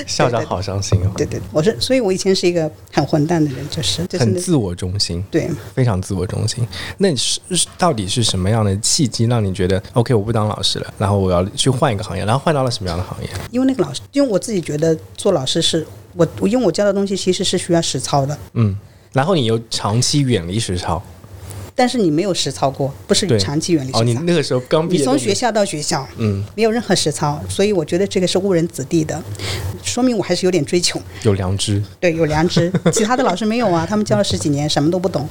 S1: 校长好伤心哦，
S2: 对对，我是，所以我以前是一个很混蛋的人，就是就是
S1: 很
S2: 那
S1: 自我中心，
S2: 对。
S1: 非常自我中心。那你是是到底是什么样的契机让你觉得 OK，我不当老师了，然后我要去换一个行业，然后换到了什么样的行业？
S2: 因为那个老师，因为我自己觉得做老师是我，我因为我教的东西其实是需要实操的，
S1: 嗯，然后你又长期远离实操，
S2: 但是你没有实操过，不是
S1: 对
S2: 长期远离
S1: 哦，你
S2: 实操。
S1: 那个时候刚毕
S2: 你
S1: 业都
S2: 从
S1: 没，
S2: 学校到学校，
S1: 嗯，
S2: 没有任何实操，所以我觉得这个是误人子弟的，说明我还是有点追求，
S1: 有良知，
S2: 对，有良知。其他的老师没有啊，他们教了十几年，什么都不懂，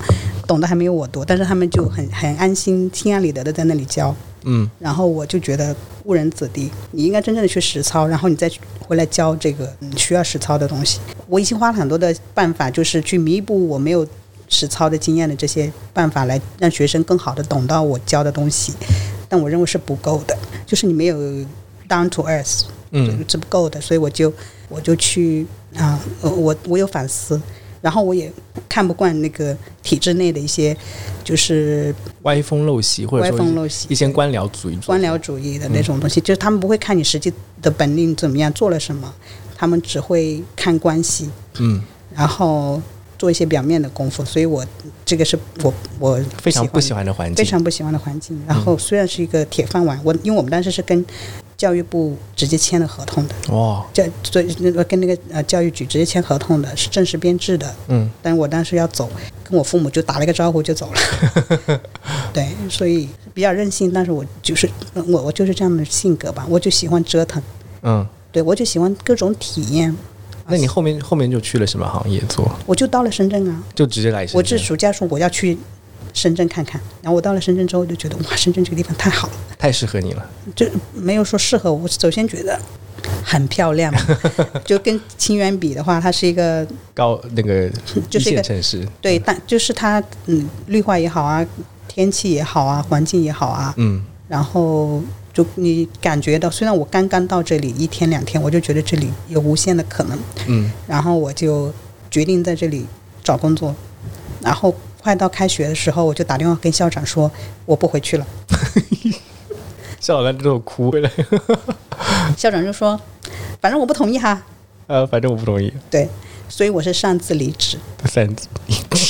S2: 懂得还没有我多，但是他们就很很安心、心安理得的在那里教。
S1: 嗯，
S2: 然后我就觉得误人子弟，你应该真正的去实操，然后你再去回来教这个嗯需要实操的东西。我已经花了很多的办法，就是去弥补我没有实操的经验的这些办法，来让学生更好的懂到我教的东西，
S1: 嗯
S2: 但我认为是不够的，就是你没有 down to earth，
S1: 嗯，
S2: 是不够的，所以我就我就去啊、呃我我有反思，然后我也看不惯那个体制内的一些就是
S1: 歪风陋习，或者
S2: 歪
S1: 说
S2: 风陋习
S1: 一些官僚主义，
S2: 官僚主义的那种东西，就是他们不会看你实际的本领怎么样，做了什么，他们只会看关系，
S1: 嗯，
S2: 然后做一些表面的功夫。所以我这个是我我
S1: 非常不喜
S2: 欢
S1: 欢的环境，
S2: 非常不喜欢的环境。然后虽然是一个铁饭碗，我因为我们当时是跟教育部直接签了合同的，
S1: 哇，
S2: 教所以那个跟那个呃教育局直接签合同的，是正式编制的。
S1: 嗯，
S2: 但我当时要走，跟我父母就打了一个招呼就走了。对，所以比较任性，但是我就是嗯我我就是这样的性格吧，我就喜欢折腾，
S1: 嗯，
S2: 对我就喜欢各种体验。
S1: 那你后面后面就去了什么行业做？
S2: 我就到了深圳啊，
S1: 就直接来深圳？
S2: 我这暑假说我要去深圳看看，然后我到了深圳之后就觉得哇，深圳这个地方太好了。
S1: 太适合你了，
S2: 就没有说适合我。我首先觉得很漂亮，就跟清远比的话，它是一个
S1: 高那个一
S2: 就是一
S1: 线
S2: 个
S1: 城市，
S2: 对，但就是它嗯，绿化也好啊，天气也好啊，环境也好啊，
S1: 嗯，
S2: 然后就你感觉到，虽然我刚刚到这里一天两天，我就觉得这里有无限的可能，
S1: 嗯，
S2: 然后我就决定在这里找工作，然后快到开学的时候，我就打电话跟校长说我不回去了，
S1: 校长在这哭回来，
S2: 校长就说反正我不同意哈，
S1: 呃，反正我不同意，
S2: 对，所以我是擅自离职。
S1: 三字
S2: 对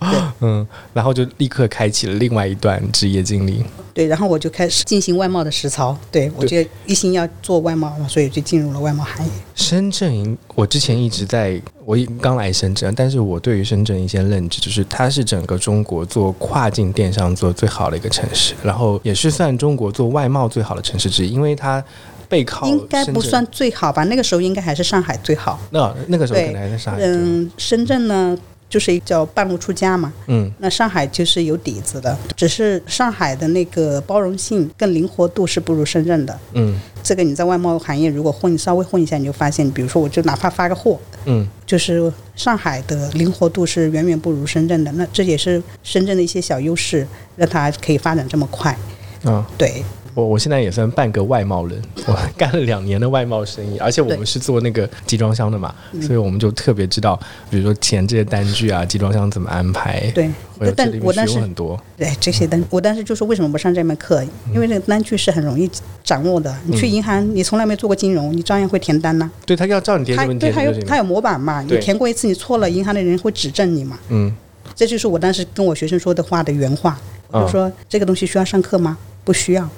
S1: 嗯，然后就立刻开启了另外一段职业经历。
S2: 对，然后我就开始进行外贸的实操。对我觉得一心要做外贸，所以就进入了外贸行业。
S1: 深圳，我之前一直在，我一刚来深圳，但是我对于深圳一些认知就是，它是整个中国做跨境电商做最好的一个城市，然后也是算中国做外贸最好的城市之一，因为它背靠
S2: 应该不
S1: 深圳
S2: 算。最好吧？那个时候应该还是上海最好。
S1: 那那个时候
S2: 对
S1: 可能还在上海，
S2: 嗯，深圳呢，就是叫半路出家嘛。
S1: 嗯，
S2: 那上海就是有底子的，只是上海的那个包容性跟灵活度是不如深圳的。
S1: 嗯
S2: 这个你在外贸行业如果混稍微混一下，你就发现，比如说我就哪怕发个货，
S1: 嗯
S2: 就是上海的灵活度是远远不如深圳的。那这也是深圳的一些小优势，让它可以发展这么快。
S1: 啊，
S2: 对，
S1: 我我现在也算半个外贸人，我干了两年的外贸生意，而且我们
S2: 对嗯
S1: 是做那个集装箱的嘛，所以我们就特别知道，比如说钱这些单据啊，集装箱怎么安排，
S2: 对
S1: 会有，这
S2: 但
S1: 里面
S2: 我
S1: 学
S2: 当
S1: 问
S2: 时
S1: 很多，
S2: 对这些
S1: 嗯
S2: 单，我当时就说为什么不上这门课？因为这个单据是很容易掌握的。你去
S1: 嗯
S2: 银行，你从来没做过金融，你照样会填单呐、
S1: 对他要照你贴
S2: 他
S1: 这问
S2: 对
S1: 题，
S2: 他
S1: 就
S2: 有
S1: 是你
S2: 他有模板嘛，你
S1: 对
S2: 填过一次你错了，银行的人会指正你嘛。
S1: 嗯
S2: 这就是我当时跟我学生说的话的原话，我就
S1: 嗯
S2: 说这个东西需要上课吗？不需 要。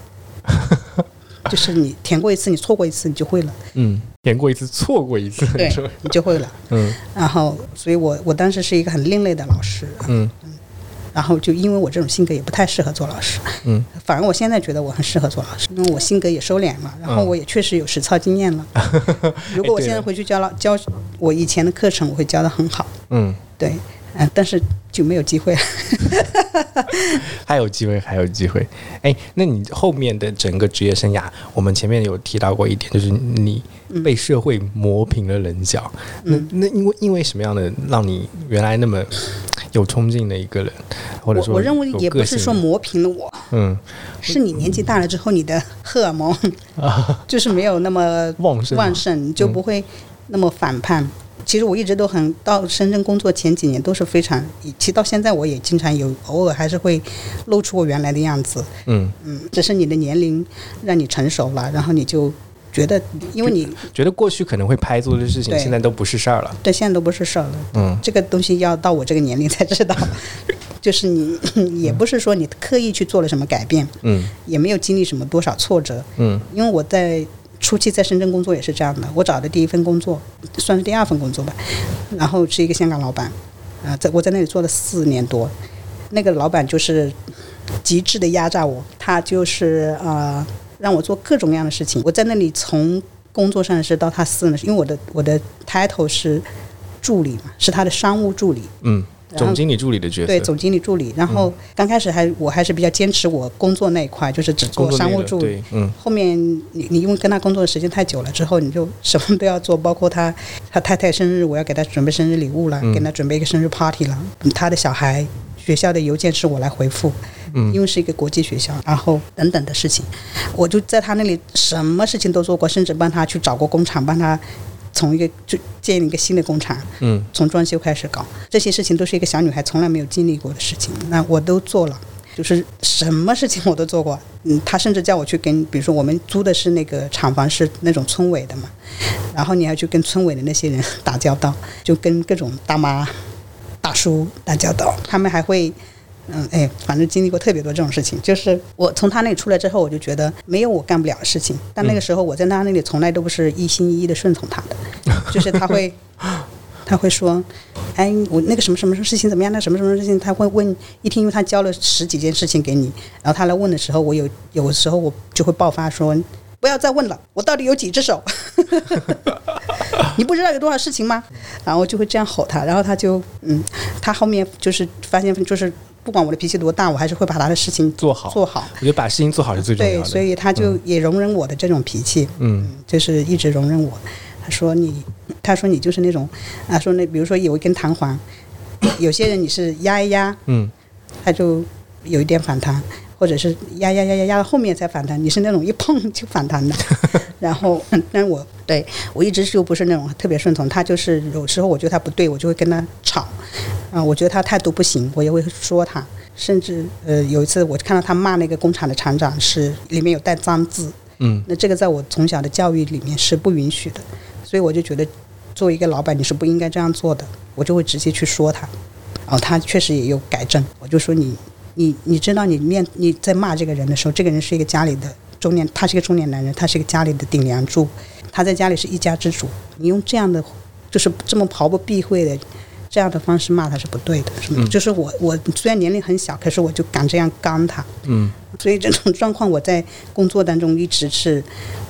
S2: 就是你填过一次，你错过一次，你就会了，
S1: 嗯，填过一次错过一次，
S2: 对
S1: 是吧
S2: 你就会了。
S1: 嗯
S2: 然后，所以我我当时是一个很另类的老师，
S1: 嗯
S2: 然后就因为我这种性格也不太适合做老师，
S1: 嗯，
S2: 反而我现在觉得我很适合做老师，因为我性格也收敛了，然后
S1: 嗯
S2: 我也确实有实操经验 了。如果我
S1: 哎对
S2: 现在
S1: 了
S2: 回去教老教我以前的课程，我会教得很好，
S1: 嗯，
S2: 对，嗯、但是就没有机会了。
S1: 还有机会，还有机会。哎，那你后面的整个职业生涯，我们前面有提到过一点，就是你被社会磨平了棱角。
S2: 嗯
S1: 那那因为因为什么样的让你原来那么有冲劲的一个人，或者
S2: 我
S1: 说
S2: 我认为
S1: 有
S2: 也不
S1: 个
S2: 是
S1: 性
S2: 说磨平了我，
S1: 嗯
S2: 是你年纪大了之后，你的荷 尔蒙就是没有那么
S1: 旺盛
S2: 旺盛，你就不会那么反叛。其实我一直都很到深圳工作前几年都是非常，其实到现在我也经常有偶尔还是会露出我原来的样子，
S1: 嗯，
S2: 嗯，只是你的年龄让你成熟了，然后你就觉得，因为你
S1: 觉得过去可能会拍做的事情，
S2: 对
S1: 现在都不是事儿了。
S2: 对现在都不是事儿了，
S1: 嗯
S2: 这个东西要到我这个年龄才知道， 就是你也不是说你刻意去做了什么改变，
S1: 嗯
S2: 也没有经历什么多少挫折，
S1: 嗯
S2: 因为我在初期在深圳工作也是这样的，我找的第一份工作算是第二份工作吧，然后是一个香港老板，啊、在我在那里做了四年多，那个老板就是极致的压榨我，他就是呃让我做各种各样的事情，我在那里从工作上的事到他私人的事，因为我的我的 title 是助理嘛，是他的商务助理，
S1: 嗯，
S2: 然后
S1: 总经理助理的角色，
S2: 对，总经理助理。然后刚开始还我还是比较坚持我工作那一块，就是只
S1: 工
S2: 做
S1: 作
S2: 商
S1: 内
S2: 务
S1: 的
S2: 助理
S1: 对。嗯
S2: 后面你你因为跟他工作的时间太久了之后，你就什么都要做，包括他他太太生日，我要给他准备生日礼物了，
S1: 嗯
S2: 给他准备一个生日 party 了，他的小孩。学校的邮件是我来回复，嗯，因为是一个国际学校，然后等等的事情，我就在他那里什么事情都做过，甚至帮他去找过工厂，帮他从一个就建一个新的工厂，
S1: 嗯
S2: 从装修开始搞，这些事情都是一个小女孩从来没有经历过的事情，那我都做了。就是什么事情我都做过，嗯，他甚至叫我去跟，比如说我们租的是那个厂房是那种村委的嘛，然后你还去跟村委的那些人 打交道，就跟各种大妈、大叔打交道，他们还会，嗯，哎，反正经历过特别多这种事情。就是我从他那里出来之后，我就觉得没有我干不了的事情，但那个时候我在他那里从来都不是一心一意的顺从他的，就是 他会。他会说：“哎，我那个什么什么事情怎么样？那什么什么事情？”他会问，一听，因为他交了十几件事情给你，然后他来问的时候，我有有的时候我就会爆发说：“不要再问了，我到底有几只手？ 你不知道有多少事情吗？”然后就会这样吼他，然后他就嗯，他后面就是发现就是不管我的脾气多大，我还是会把他的事情
S1: 做好
S2: 做好。
S1: 我觉得把事情做好是最重要
S2: 对
S1: 的。，
S2: 所以他就也容忍我的这种脾气。
S1: 嗯
S2: 就是一直容忍我。他说你，他说你就是那种，啊，说那比如说有一根弹簧，有些人你是压一压，
S1: 嗯
S2: 他就有一点反弹，或者是压压压压压到后面才反弹，你是那种一碰就反弹的。然后，但我对我一直就不是那种特别顺从，他就是有时候我觉得他不对，我就会跟他吵，啊，我觉得他态度不行，我也会说他。甚至呃，有一次我看到他骂那个工厂的厂长是里面有带脏字，
S1: 嗯
S2: 那这个在我从小的教育里面是不允许的，所以我就觉得作为一个老板，你是不应该这样做的，我就会直接去说他。后他确实也有改正。我就说你你你知道你面你在骂这个人的时候，这个人是一个家里的中年，他是一个中年男人，他是一个家里的顶梁柱，他在家里是一家之主。你用这样的就是这么毫不避讳的这样的方式骂他是不对的，是吗？就是我我虽然年龄很小，可是我就敢这样刚他，
S1: 嗯，
S2: 所以这种 状况我在工作当中一直是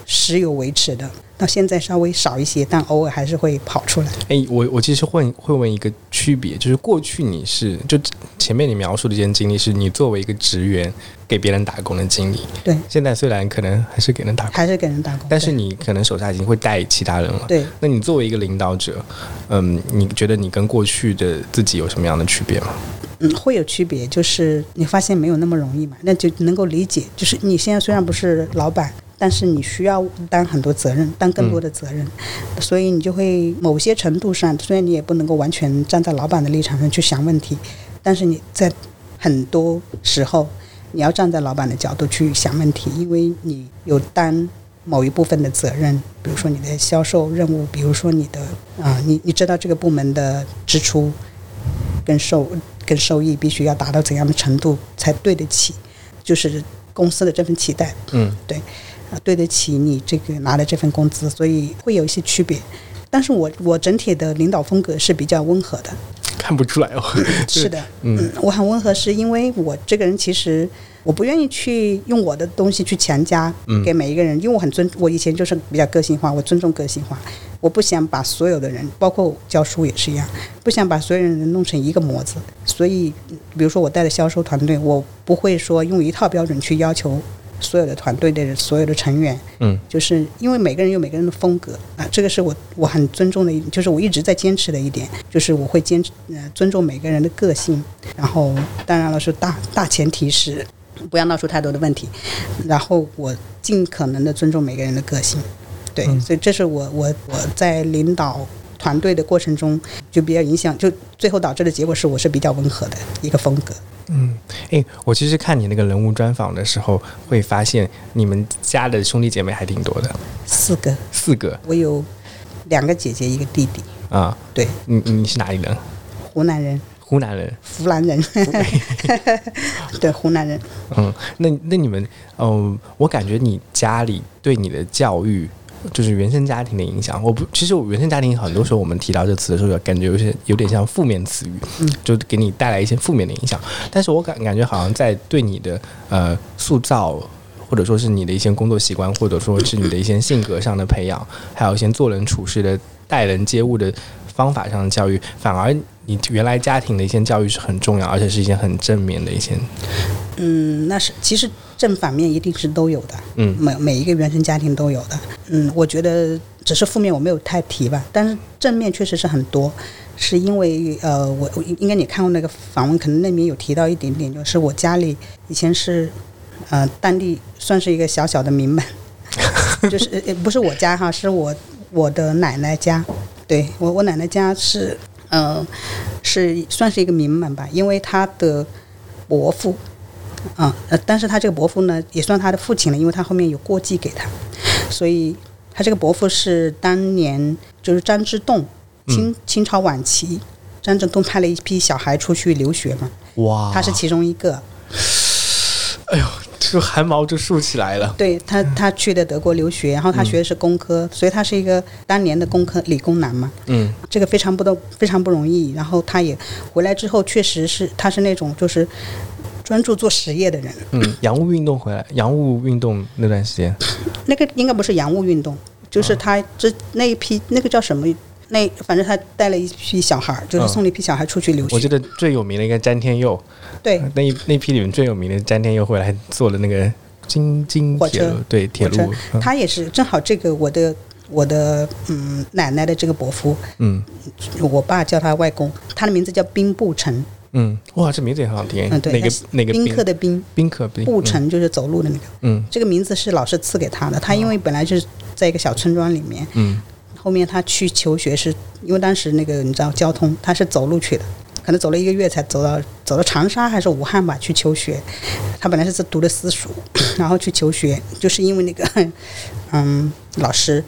S2: 时有维持的，到现在稍微少一些，但偶尔还是会跑出来。
S1: 哎，我我其实会会问一个区别，就是过去你是就前面你描述的这件经历，是你作为一个职员给别人打工的经历。
S2: 对，
S1: 现在虽然可能还是给人打工，
S2: 还是给人打工，
S1: 但是你可能手下已经会带其他人了。
S2: 对。对
S1: 那你作为一个领导者，嗯，你觉得你跟过去的自己有什么样的区别吗？
S2: 嗯，会有区别，就是你发现没有那么容易嘛，那就能够理解。就是你现在虽然不是老板，但是你需要担很多责任，担更多的责任，所以你就会某些程度上，虽然你也不能够完全站在老板的立场上去想问题，但是你在很多时候你要站在老板的角度去想问题，因为你有担某一部分的责任，比如说你的销售任务，比如说你的啊、你你知道这个部门的支出跟收跟收益必须要达到怎样的程度才对得起，就是公司的这份期待，
S1: 嗯，
S2: 对，啊对得起你这个拿的这份工资，所以会有一些区别。但是我我整体的领导风格是比较温和的，
S1: 看不出来哦。
S2: 是的，嗯，我很温和，是因为我这个人其实我不愿意去用我的东西去强加给每一个人，因为我很尊，我以前就是比较个性化，我尊重个性化，我不想把所有的人，包括教书也是一样，不想把所有人弄成一个模子。所以，嗯比如说我带的销售团队，我不会说用一套标准去要求所有的团队的所有的成员，
S1: 嗯，
S2: 就是因为每个人有每个人的风格啊，这个是我我很尊重的一，就是我一直在坚持的一点，就是我会坚持呃尊重每个人的个性，然后当然了是大大前提是不要闹出太多的问题，然后我尽可能的尊重每个人的个性，对，所以这是我我我在领导。团队的过程中就比较影响，就最后导致的结果是我是比较温和的一个风格。
S1: 哎，我其实看你那个人物专访的时候，会发现你们家的兄弟姐妹还挺多的，
S2: 四个，
S1: 四个
S2: 我有两个姐姐，一个弟弟，
S1: 啊。
S2: 对，
S1: 你你是哪里人？
S2: 湖南人，
S1: 湖南人。
S2: 湖南人， 对，湖南人，
S1: 嗯，那那你们，嗯、我感觉你家里对你的教育，就是原生家庭的影响。我不，其实我原生家庭很多时候我们提到这词的时候，感觉有些有点像负面词语，嗯，就给你带来一些负面的影响。但是我感感觉好像在对你的呃塑造。或者说是你的一些工作习惯，或者说是你的一些性格上的培养，还有一些做人处事的、待人接物的方法上的教育，反而你原来家庭的一些教育是很重要，而且是一些很正面的一些
S2: 嗯，那是其实正反面一定是都有的，
S1: 嗯
S2: 每每一个原生家庭都有的，嗯，我觉得只是负面我没有太提吧，但是正面确实是很多，是因为呃，我我应该你看过那个访问，可能那边有提到一点点，就是我家里以前是呃当地算是一个小小的名门，就是呃呃不是我家哈，是我我的奶奶家，对我我奶奶家是呃是算是一个名门吧，因为她的伯父。啊，呃，但是他这个伯父呢，也算他的父亲了，因为他后面有过继给他，所以他这个伯父是当年就是张之洞，清清朝晚期，张之洞派了一批小孩出去留学嘛，
S1: 哇
S2: 他是其中一个，
S1: 这个汗毛就竖起来了。
S2: 对他他去的德国留学，然后他学的是工科，所以他是一个当年的工科理工男嘛，
S1: 嗯，
S2: 这个非常不都非常不容易。然后他也回来之后，确实是他是那种就是专注做实业的人，
S1: 嗯，洋务运动回来，洋务运动那段时间，
S2: 那个应该不是洋务运动，
S1: 啊
S2: 就是他这那一批那个叫什么？那反正他带了一批小孩儿，就是
S1: 嗯
S2: 送了一批小孩出去留
S1: 我
S2: 学。
S1: 记得最有名的应该詹天佑，
S2: 对，
S1: 那一那批里面最有名的詹天佑回来做了那个京京
S2: 火
S1: 铁
S2: 车
S1: 路，对铁
S2: 我
S1: 路，嗯
S2: 这他也是正好这个我的我的嗯奶奶的这个伯父，
S1: 嗯
S2: 我爸叫他外公，他的名字叫兵部成，
S1: 嗯，哇，这名字也很好听，
S2: 嗯对，
S1: 哎哪个
S2: 他是
S1: 哪个哎嗯
S2: 宾客的宾，
S1: 宾客宾
S2: 步，程就是走路的那个。
S1: 嗯
S2: 这个名字是老师赐给他的，他因为本来就是在一个小村庄里面，
S1: 嗯
S2: 后面他去求学是因为当时那个你知道交通，他是走路去的，可能走了一个月才走到走到长沙还是武汉吧去求学。他本来是读的私塾， 然后去求学，就是因为那个 嗯老师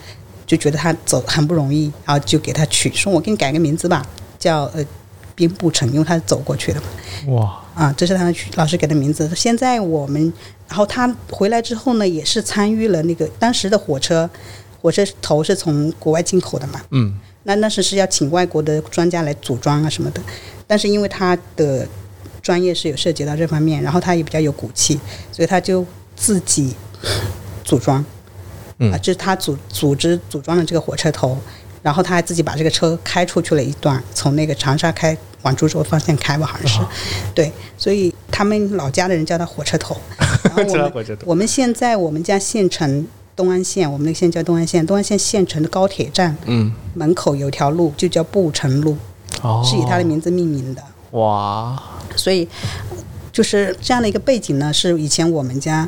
S2: 就觉得他走很不容易，然后就给他取说：“我给你改个名字吧，叫呃。”兵布城，因为他是走过去的嘛。
S1: 哇，
S2: 啊，这是他的取老师给的名字。现在我们，然后他回来之后呢，也是参与了那个当时的火车，火车头是从国外进口的嘛，
S1: 嗯，
S2: 那那时是要请外国的专家来组装啊什么的，但是因为他的专业是有涉及到这方面，然后他也比较有骨气，所以他就自己组装，
S1: 嗯
S2: 啊，这是他组组织组装了这个火车头，然后他还自己把这个车开出去了一段，从那个长沙开往株洲方向开吧，好像是，
S1: 啊
S2: 对，所以他们老家的人叫他火 车头，然后我
S1: 知道
S2: 们
S1: 火车头
S2: 我们现在我们家县城东安县，我们那个县叫东安县，东安县县城的高铁站
S1: 嗯，
S2: 门口有条路就叫步城路，
S1: 哦，
S2: 是以他的名字命名的。
S1: 哇，
S2: 所以就是这样的一个背景呢，是以前我们家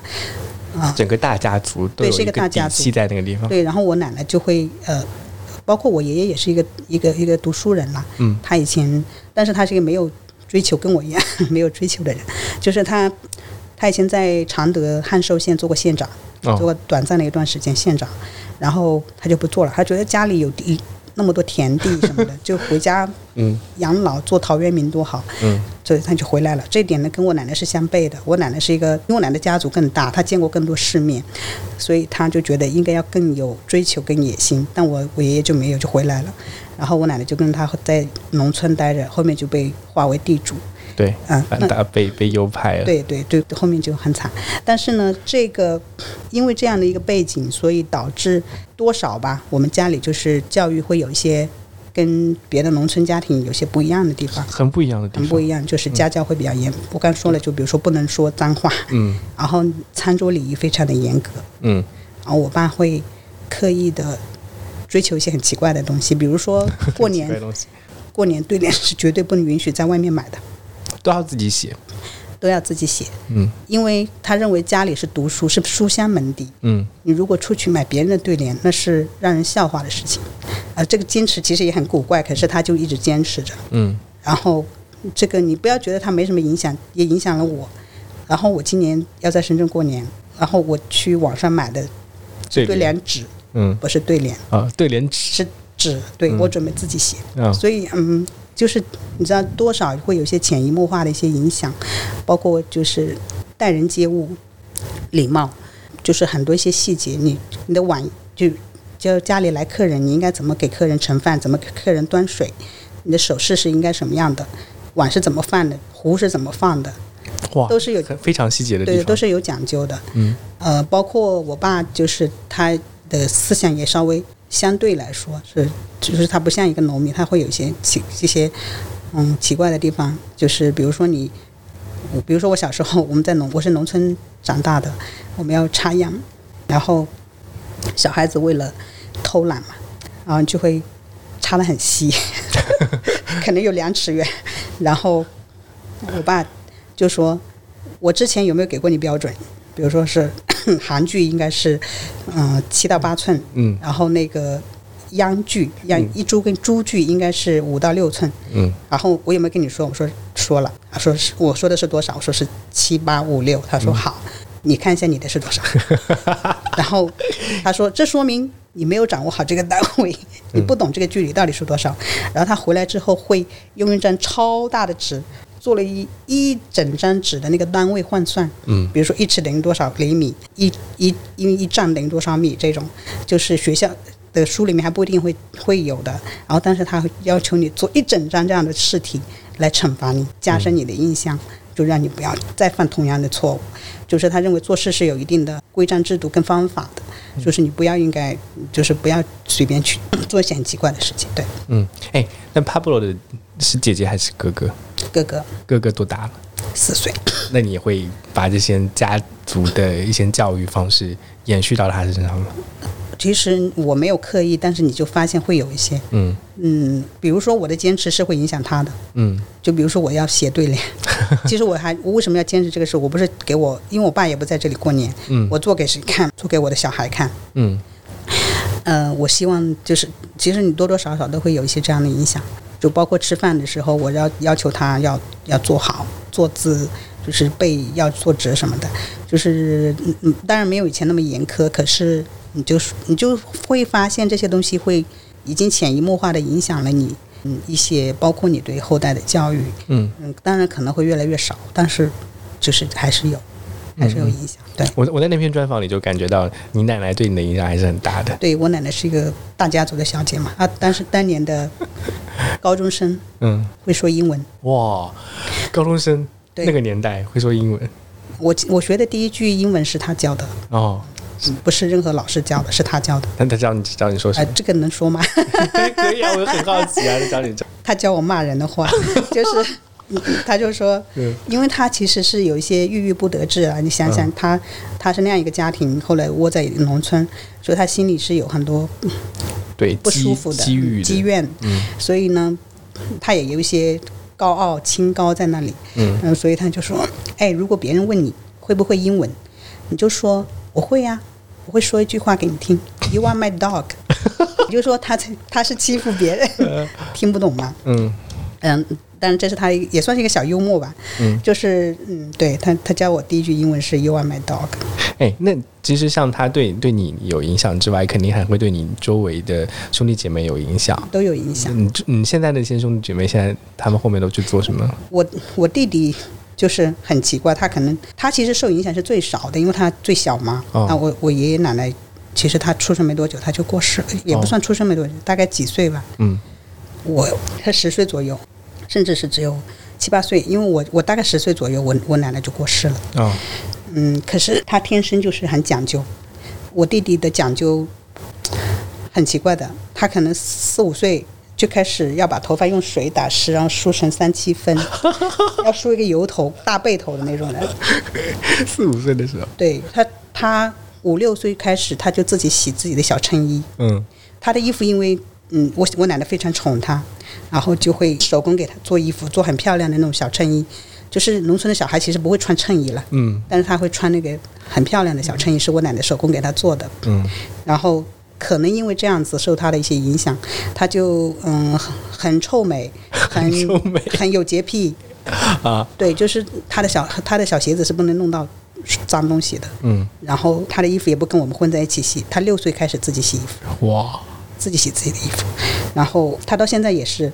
S2: 啊、
S1: 整个大家族都
S2: 对
S1: 有
S2: 是一个大
S1: 底
S2: 家族
S1: 气在那个地方，
S2: 对，然后我奶奶就会呃，包括我爷爷也是一个一个一个读书人啦，
S1: 嗯，
S2: 他以前，但是他是一个没有追求跟我一样 没有追求的人，就是他他以前在常德汉寿县做过县长。做
S1: 哦，
S2: 过短暂的一段时间县长，然后他就不做了，他觉得家里有地那么多田地 什么的，就回家
S1: 嗯
S2: 养老做陶渊明多好，
S1: 嗯，
S2: 所以他就回来了。这一点呢，跟我奶奶是相悖的。我奶奶是一个，因为我奶奶家族更大，她见过更多世面，所以她就觉得应该要更有追求跟野心。但我我爷爷就没有，就回来了。然后我奶奶就跟他在农村待着，后面就被划为地主。
S1: 对，
S2: 嗯
S1: 反
S2: 那
S1: 大被被优派了，
S2: 对对对，后面就很惨。但是呢，这个因为这样的一个背景，所以导致多少吧，我们家里就是教育会有一些跟别的农村家庭有些不一样的地方，
S1: 很不一样的地
S2: 很
S1: 方，
S2: 不一样，就是家教会比较严。我刚说了，就比如说不能说脏话，
S1: 嗯
S2: 然后餐桌礼仪非常的严格，
S1: 嗯，
S2: 然后我爸会刻意的。追求一些很奇怪的东西，比如说 过
S1: 奇怪的
S2: 年，
S1: 东西
S2: 过年对联是绝对不能允许在外面买的，
S1: 都要自己写，
S2: 都要自己写，
S1: 嗯
S2: 因为他认为家里是读书，是书香门第，
S1: 嗯，
S2: 你如果出去买别人的对联，那是让人笑话的事情。呃，这个坚持其实也很古怪，可是他就一直坚持着。
S1: 嗯，
S2: 然后这个你不要觉得他没什么影响，也影响了我。然后我今年要在深圳过年，然后我去网上买的
S1: 对
S2: 对
S1: 联，
S2: 联纸，
S1: 嗯
S2: 不是对联，
S1: 啊，对联纸，
S2: 是纸。对、
S1: 嗯
S2: 我准备自己写，
S1: 啊，
S2: 所以嗯，就是你知道多少会有一些潜移默化的一些影响，包括就是待人接物、礼貌，就是很多一些细节，你你的碗就就家里来客人，你应该怎么给客人盛饭，怎么给客人端水，你的手势是应该什么样的，碗是怎么放的，壶是怎么放的，
S1: 哇，
S2: 都是有
S1: 很非常细节的地
S2: 对，
S1: 方，
S2: 都是有讲究的。
S1: 嗯，
S2: 呃，包括我爸，就是他的思想也稍微相对来说是，就是他不像一个农民，他会有一些奇一些嗯奇怪的地方，就是比如说你，我比如说我小时候我们在农，我是农村长大的，我们要插秧，然后小孩子为了偷懒嘛，然后就会插得很细， 可能有两尺远，然后我爸就说。我之前有没有给过你标准？比如说是 韩剧应该是，嗯、七到八寸，
S1: 嗯
S2: 然后那个央剧，央一株跟株剧应该是五到六寸。
S1: 嗯，
S2: 然后我有没有跟你说？我说说了，他说是我说的是多少？我说是七八五六。他说好，你看一下你的是多少。 然后他说这说明你没有掌握好这个单位，你不懂这个距离到底是多少。然后他回来之后会用一张超大的纸。做了一一整张纸的那个单位换算，
S1: 嗯，
S2: 比如说一尺等于多少厘米，一一因为一丈等于多少米这种，就是学校的书里面还不一定会会有的。然后，但是他会要求你做一整张这样的试题来惩罚你，加深你的印象，就让你不要再犯同样的错误。就是他认为做事是有一定的规章制度跟方法的，就是你不要应该，就是不要随便去做一些很奇怪的事情。对，
S1: 嗯，哎，那 Pablo 的是姐姐还是哥哥？
S2: 哥哥
S1: 哥哥多大了？
S2: 四岁，
S1: 那你会把这些家族的一些教育方式延续到他身上吗？
S2: 其实我没有刻意，但是你就发现会有一些，
S1: 嗯
S2: 嗯，比如说我的坚持是会影响他的，
S1: 嗯
S2: 就比如说我要写对联，其实我还我为什么要坚持这个事？我不是给我，因为我爸也不在这里过年，
S1: 嗯
S2: 我做给谁看？做给我的小孩看。
S1: 嗯
S2: 呃，我希望就是，其实你多多少少都会有一些这样的影响，就包括吃饭的时候，我要要求他要要做好坐姿，就是背要坐直什么的，就是嗯嗯，当然没有以前那么严苛，可是你就是你就会发现这些东西会已经潜移默化的影响了你，嗯一些，包括你对后代的教育，
S1: 嗯，
S2: 嗯，当然可能会越来越少，但是就是还是有，还是有影响。对，
S1: 我我在那篇专访里就感觉到你奶奶对你的影响还是很大的。
S2: 对我奶奶是一个大家族的小姐嘛，啊，但是当年的高中生
S1: 嗯，
S2: 会说英文，
S1: 哇，高中生
S2: 对
S1: 那个年代会说英文
S2: 我我学的第一句英文是她教的，
S1: 哦，
S2: 不是任何老师教的，是她教的。
S1: 但他教你教你说
S2: 啊、
S1: 什么？
S2: 这个能说吗？
S1: 可以啊，我很好奇 啊，他教你教。
S2: 他教我骂人的话， 就是嗯他就说
S1: 嗯，
S2: 因为他其实是有一些郁郁不得志啊。你想想他，他是那样一个家庭，后来窝在农村，所以他心里是有很多
S1: 对，
S2: 不舒
S1: 积
S2: 服的
S1: 积郁
S2: 积
S1: 的，
S2: 怨，
S1: 嗯
S2: 所以呢，他也有一些高傲清高在那里。
S1: 嗯
S2: 嗯，所以他就说，哎，如果别人问你会不会英文，你就说我会呀、我会说一句话给你听，You are my dog，你就说他在他是欺负别人，听不懂吗？
S1: 嗯
S2: 嗯，但是这是他一也算是一个小幽默吧。
S1: 嗯，
S2: 就是嗯，对他他教我第一句英文是 “You are my dog”。
S1: 哎、那其实像他对对你有影响之外，肯定还会对你周围的兄弟姐妹有影响。
S2: 都有影响。
S1: 你你现在那些兄弟姐妹，现在他们后面都去做什么？
S2: 我我弟弟就是很奇怪，他可能他其实受影响是最少的，因为他最小嘛。
S1: 哦
S2: 啊，我我爷爷奶奶其实他出生没多久他就过世了，也不
S1: 哦
S2: 算出生没多久，大概几岁吧。
S1: 嗯
S2: 我他十岁左右，甚至是只有七八岁，因为我我大概十岁左右，我我奶奶就过世了。
S1: 哦，
S2: 嗯，可是他天生就是很讲究。我弟弟的讲究很奇怪的，他可能四五岁就开始要把头发用水打湿，然后梳成三七分，要梳一个油头、大背头的那种人。
S1: 四五岁的时候，
S2: 对他，他五六岁开始他就自己洗自己的小衬衣，
S1: 嗯
S2: 他的衣服因为嗯，我我奶奶非常宠他，然后就会手工给他做衣服，做很漂亮的那种小衬衣。就是农村的小孩其实不会穿衬衣了，
S1: 嗯
S2: 但是他会穿那个很漂亮的小衬衣，是我奶奶手工给他做的。
S1: 嗯
S2: 然后可能因为这样子受他的一些影响，他就嗯很很臭 美，很
S1: 很臭美
S2: 很有洁癖。
S1: 啊
S2: 对，就是他的小他的小鞋子是不能弄到脏东西的。
S1: 嗯，
S2: 然后他的衣服也不跟我们混在一起洗，他六岁开始自己洗衣服。
S1: 哇，
S2: 自己洗自己的衣服，然后他到现在也是，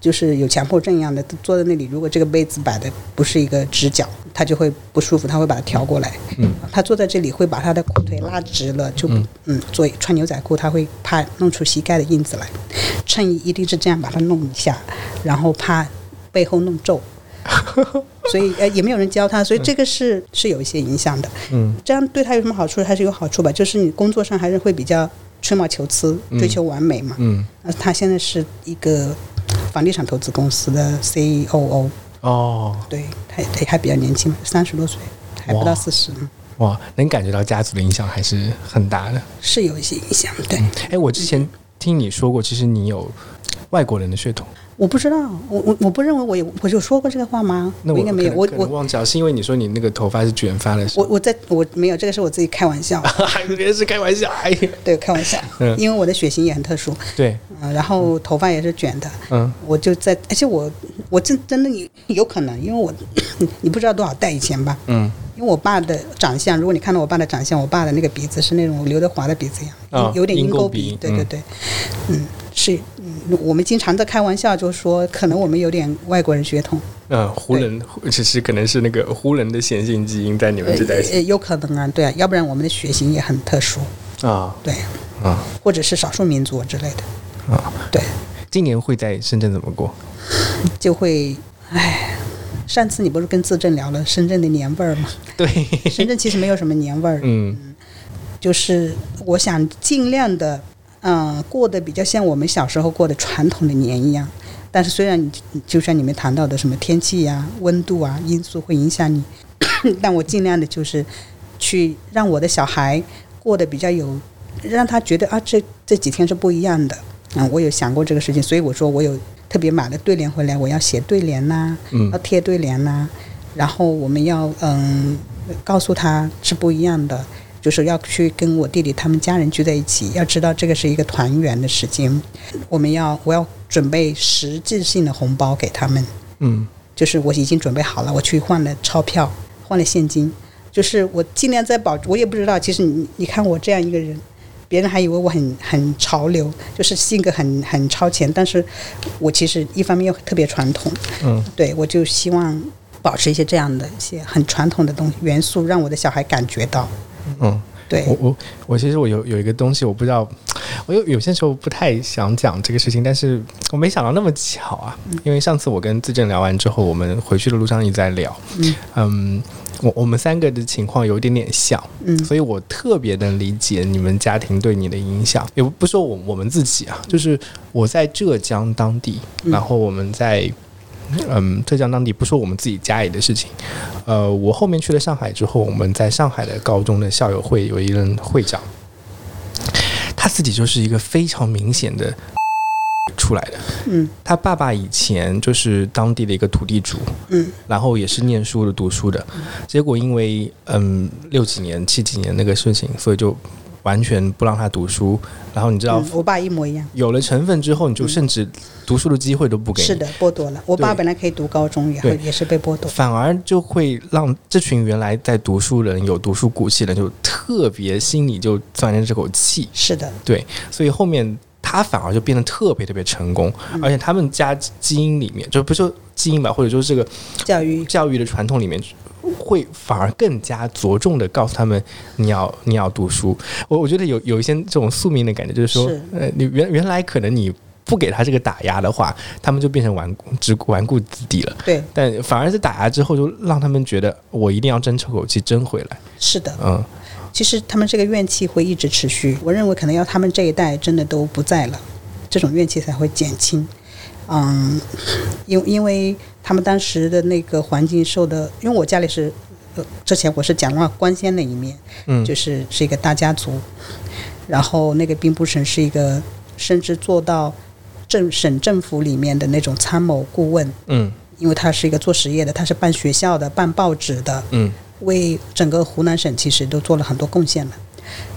S2: 就是有强迫症一样的，坐在那里，如果这个被子摆的不是一个直角，他就会不舒服，他会把它调过来。
S1: 嗯，
S2: 他坐在这里会把他的裤腿拉直了，就嗯做穿牛仔裤，他会怕弄出膝盖的印子来，衬衣一定是这样把它弄一下，然后怕背后弄 皱。所以呃也没有人教他，所以这个是是有一些影响的。
S1: 嗯
S2: 这样对他有什么好处？还是有好处吧，就是你工作上还是会比较吹毛求疵，追求完美嘛。
S1: 嗯
S2: 那他现在是一个房地产投资公司的 CEO，
S1: 哦
S2: 对，他他还比较年轻嘛，三十多岁，还不
S1: 哇
S2: 到四十，
S1: 哇，能感觉到家族的影响还是很大的。
S2: 是有一些影响。对，
S1: 哎，我之前听你说过，其实你有外国人的血统，
S2: 我不知道，我我我不认为我有我有说过这个话吗？
S1: 那我
S2: 应该没有，
S1: 可能
S2: 我
S1: 可能
S2: 我
S1: 忘记了，是因为你说你那个头发是卷发的时
S2: 我
S1: 候，
S2: 我在我没有，这个是我自己开 玩笑，
S1: 还有人是开玩笑，哎呀，
S2: 对，开玩笑，
S1: 嗯
S2: 因为我的血型也很特殊，
S1: 对，
S2: 嗯、然后头发也是卷的，
S1: 嗯
S2: 我就在，而且我我真真的有有可能，因为我 你不知道多少代以前吧，
S1: 嗯
S2: 因为我爸的长相，如果你看到我爸的长相，我爸的那个鼻子是那种刘德华的鼻子一样，
S1: 啊
S2: 有有点
S1: 鹰
S2: 鹰
S1: 钩
S2: 钩
S1: 鼻
S2: 对
S1: 嗯
S2: 对对，嗯是，嗯，我们经常在开玩笑就说，可能我们有点外国人血统，
S1: 嗯，湖人其实可能是那个湖人的显性基因在你们这代
S2: 呃，有可能啊，对啊，要不然我们的血型也很特殊，
S1: 啊
S2: 对，
S1: 啊
S2: 或者是少数民族之类的，
S1: 啊！
S2: 对，
S1: 今年会在深圳怎么过？
S2: 就会，唉，上次你不是跟自证聊了深圳的年味儿吗？
S1: 对，
S2: 深圳其实没有什么年味儿，
S1: 嗯
S2: 就是我想尽量的，嗯、过得比较像我们小时候过的传统的年一样。但是虽然你就像你们谈到的什么天气呀、温度啊因素会影响你， 但我尽量的就是去让我的小孩过得比较有，让他觉得啊这这几天是不一样的。嗯，我有想过这个事情，所以我说我有特别买了对联回来，我要写对联呐、要
S1: 嗯
S2: 贴对联呐、然后我们要嗯告诉他是不一样的，就是要去跟我弟弟他们家人聚在一起，要知道这个是一个团圆的时间，我们要我要准备实质性的红包给他们，
S1: 嗯
S2: 就是我已经准备好了，我去换了钞票，换了现金，就是我尽量在保，我也不知道，其实你你看我这样一个人。别人还以为我很很潮流，就是性格很很超前，但是我其实一方面又特别传统，
S1: 嗯，
S2: 对我就希望保持一些这样的一些很传统的东西元素，让我的小孩感觉到，
S1: 嗯，
S2: 对，
S1: 我我我其实我有有一个东西我不知道，我有有些时候不太想讲这个事情，但是我没想到那么巧啊，因为上次我跟自正聊完之后，我们回去的路上一直在聊，
S2: 嗯
S1: 嗯，我我们三个的情况有一点点像，
S2: 嗯
S1: 所以我特别能理解你们家庭对你的影响，也不不说我我们自己啊，就是我在浙江当地，然后我们在嗯浙江当地，不说我们自己家里的事情，呃，我后面去了上海之后，我们在上海的高中的校友会有一任会长，他自己就是一个非常明显的出来的，
S2: 嗯
S1: 他爸爸以前就是当地的一个土地主，
S2: 嗯
S1: 然后也是念书的、读书的，结果因为嗯六几年、七几年那个事情，所以就完全不让他读书。然后你知道，
S2: 嗯，我爸一模一样。
S1: 有了成分之后，你就甚至读书的机会都不给你，
S2: 是的，剥夺了。我爸
S1: 对
S2: 本来可以读高中，然后
S1: 对
S2: 也是被剥夺。
S1: 反而就会让这群原来在读书人、有读书骨气的人，就特别心里就钻着这口气。
S2: 是的，
S1: 对，所以后面他反而就变得特别特别成功，
S2: 嗯
S1: 而且他们家基因里面，就不说基因吧，或者就是这个
S2: 教育
S1: 教育的传统里面，会反而更加着重的告诉他们，你要你要读书。我我觉得有有一些这种宿命的感觉，就是说，
S2: 是
S1: 呃，你原原来可能你不给他这个打压的话，他们就变成顽固只顽固自敌了。
S2: 对，
S1: 但反而是打压之后，就让他们觉得我一定要争这口气，争回来。
S2: 是的。
S1: 嗯
S2: 其实他们这个怨气会一直持续，我认为可能要他们这一代真的都不在了，这种怨气才会减轻。嗯，因因为他们当时的那个环境受的，因为我家里是，呃之前我是讲了光鲜的一面，
S1: 嗯，
S2: 就是是一个大家族，然后那个兵部省是一个，甚至做到政省政府里面的那种参谋顾问，
S1: 嗯
S2: 因为他是一个做实业的，他是办学校的、办报纸的，
S1: 嗯
S2: 为整个湖南省其实都做了很多贡献了。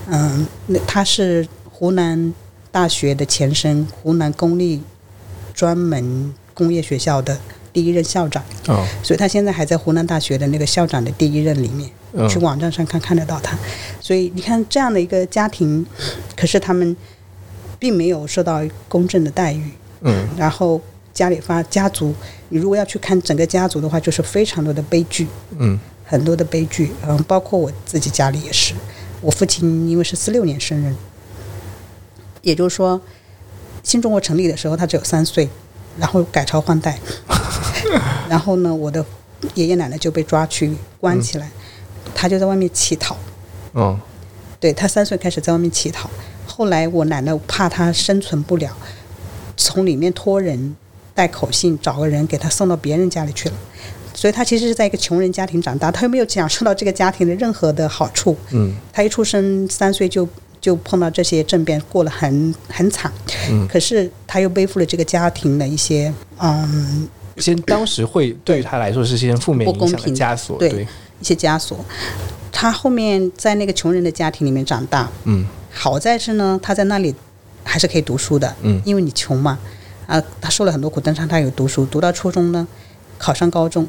S2: 嗯，那他是湖南大学的前身，湖南公立专门工业学校的第一任校长，
S1: 哦
S2: 所以他现在还在湖南大学的那个校长的第一任里面。
S1: 嗯
S2: 去网站上看看得到他，所以你看这样的一个家庭，可是他们并没有受到公正的待遇，
S1: 嗯
S2: 然后家里发家族，你如果要去看整个家族的话，就是非常多的悲剧，
S1: 嗯
S2: 很多的悲剧，嗯，包括我自己家里也是。我父亲因为是四六年生人，也就是说，新中国成立的时候他只有三岁，然后改朝换代，然后呢，我的爷爷奶奶就被抓去关起来，他就在外面乞讨。
S1: 哦
S2: 对他三岁开始在外面乞讨，后来我奶奶怕他生存不了，从里面托人带口信找个人给他送到别人家里去了，所以他其实是在一个穷人家庭长大，他又没有享受到这个家庭的任何的好处。
S1: 嗯
S2: 他一出生三岁就就碰到这些政变，过得很很惨。
S1: 嗯
S2: 可是他又背负了这个家庭的一些嗯
S1: 先当时会对于他来说是一些负面
S2: 不
S1: 影
S2: 公
S1: 响的
S2: 平
S1: 枷锁，
S2: 对
S1: 对，
S2: 一些枷锁。他后面在那个穷人的家庭里面长大，
S1: 嗯
S2: 好在是呢，他在那里还是可以读书的，
S1: 嗯
S2: 因为你穷嘛，啊，他受了很多苦，但是他有读书，读到初中呢，考上高中。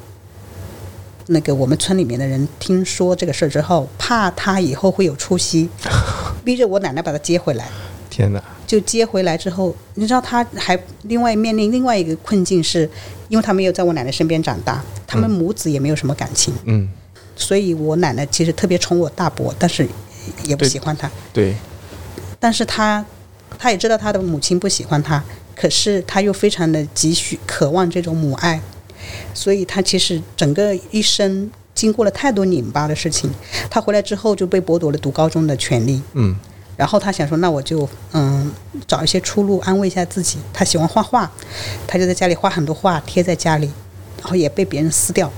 S2: 那个我们村里面的人听说这个事儿之后，怕他以后会有出 息，逼着我奶奶把他接回来。
S1: 天哪，
S2: 就接回来之后，你知道他还另外面临另外一个困境是，因为他没有在我奶奶身边长大，他们母子也没有什么感情，
S1: 嗯，
S2: 所以我奶奶其实特别宠我大伯，但是也不
S1: 对
S2: 喜欢他。
S1: 对，
S2: 但是他他也知道他的母亲不喜欢他，可是他又非常的急需渴望这种母爱，所以他其实整个一生经过了太多拧巴的事情。他回来之后就被剥夺了读高中的权利，
S1: 嗯
S2: 然后他想说，那我就嗯找一些出路安慰一下自己。他喜欢画画，他就在家里画很多画贴在家里，然后也被别人撕掉。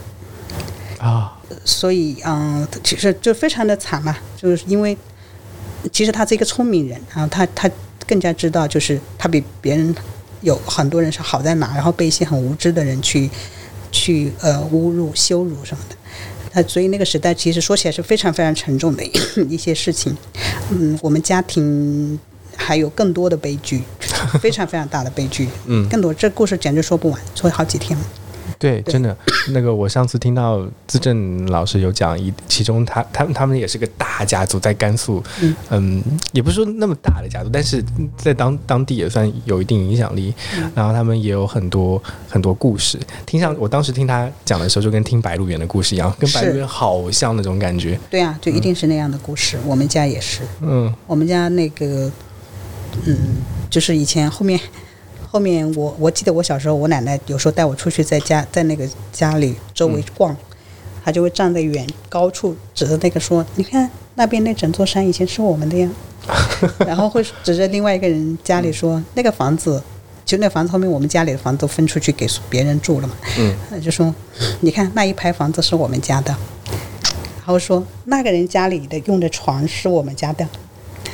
S1: 啊，
S2: 所以嗯，其实就非常的惨嘛，就是因为其实他是一个聪明人啊，他他更加知道就是他比别人有很多人是好在哪，然后被一些很无知的人去去呃侮辱、羞辱什么的。他所以那个时代其实说起来是非常非常沉重的一些事情，嗯，我们家庭还有更多的悲剧，非常非常大的悲剧，
S1: 嗯
S2: 更多这故事简直说不完，说好几天。
S1: 对，真的，那个我上次听到资政老师有讲一，其中他他们他们也是个大家族，在甘肃，嗯
S2: 嗯
S1: 也不是说那么大的家族，但是在当当地也算有一定影响力。
S2: 嗯
S1: 然后他们也有很多很多故事，听上我当时听他讲的时候，就跟听白鹿原的故事一样，跟白鹿
S2: 是
S1: 原好像那种感觉。
S2: 对啊，就一定是那样的故事。我们家也是，
S1: 嗯，
S2: 我们家那个，嗯，就是以前后面，后面我我记得我小时候，我奶奶有时候带我出去，在家在那个家里周围逛，她就会站在远高处指着那个说：“你看那边那整座山以前是我们的呀。” 然后会指着另外一个人家里说：“那个房子。”就那房子后面，我们家里的房子都分出去给别人住了嘛。
S1: 嗯，
S2: 那就说，你看那一排房子是我们家的，然后说那个人家里的用的床是我们家的，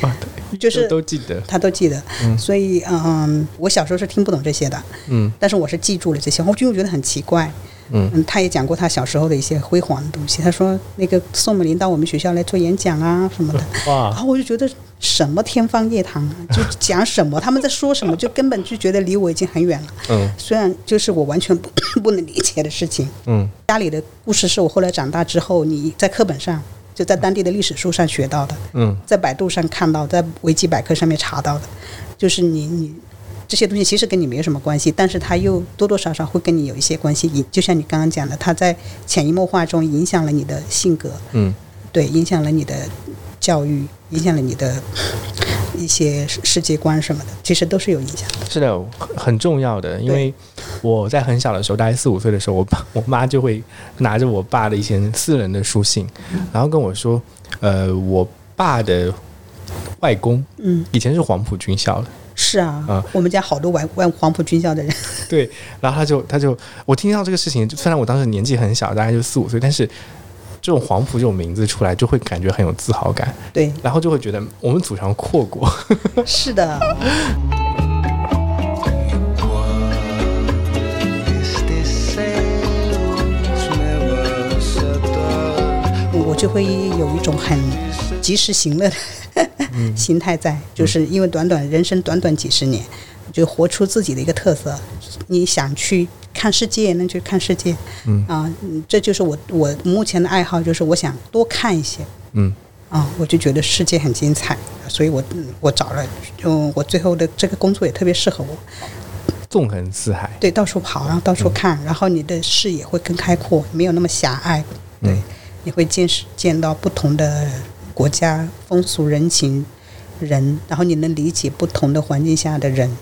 S1: 哇
S2: 就是
S1: 都都记得，
S2: 他都记得，所以嗯，我小时候是听不懂这些的，
S1: 嗯
S2: 但是我是记住了这些，我就觉得很奇怪。
S1: 嗯
S2: 他也讲过他小时候的一些辉煌的东西，他说那个宋美龄到我们学校来做演讲啊什么的，然
S1: 哇，
S2: 后我就觉得什么天方夜谭啊，就讲什么，他们在说什么，就根本就觉得离我已经很远了。
S1: 嗯
S2: 虽然就是我完全不 不能理解的事情，
S1: 嗯
S2: 家里的故事是我后来长大之后，你在课本上就在当地的历史书上学到的，
S1: 嗯
S2: 在百度上看到，在维基百科上面查到的，就是你你这些东西其实跟你没有什么关系，但是它又多多少少会跟你有一些关系。影就像你刚刚讲的，它在潜移默化中影响了你的性格，
S1: 嗯
S2: 对，影响了你的教育，影响了你的一些世世界观什么的，其实都是有影响的。
S1: 是的，很很重要的，因为我在很小的时候，大概四五岁的时候，我爸 我妈就会拿着我爸的一些私人的书信，然后跟我说，呃，我爸的外公
S2: 嗯，
S1: 以前是黄埔军校的，
S2: 是啊，
S1: 啊
S2: 我们家好多玩玩黄埔军校的人，
S1: 对，然后他就他就我听到这个事情，就虽然我当时年纪很小，大概就四五岁，但是这种黄埔这种名字出来，就会感觉很有自豪感，
S2: 对，
S1: 然后就会觉得我们祖上扩国，
S2: 是的，
S3: Este celo me va a desatar.
S2: 我就会有一种很及时行乐的 心态在，就是因为短短人生短短几十年，就活出自己的一个特色。你想去看世界，那就看世界。
S1: 嗯
S2: 啊，嗯这就是我我目前的爱好，就是我想多看一些。
S1: 嗯
S2: 啊，我就觉得世界很精彩，所以我嗯我找了，嗯，我最后的这个工作也特别适合我，
S1: 纵横四海，
S2: 对，到处跑，然后
S1: 嗯
S2: 到处看，然后你的视野会更开阔，没有那么狭隘，对，
S1: 嗯
S2: 你会见识见到不同的国家风俗人情人，然后你能理解不同的环境下的人，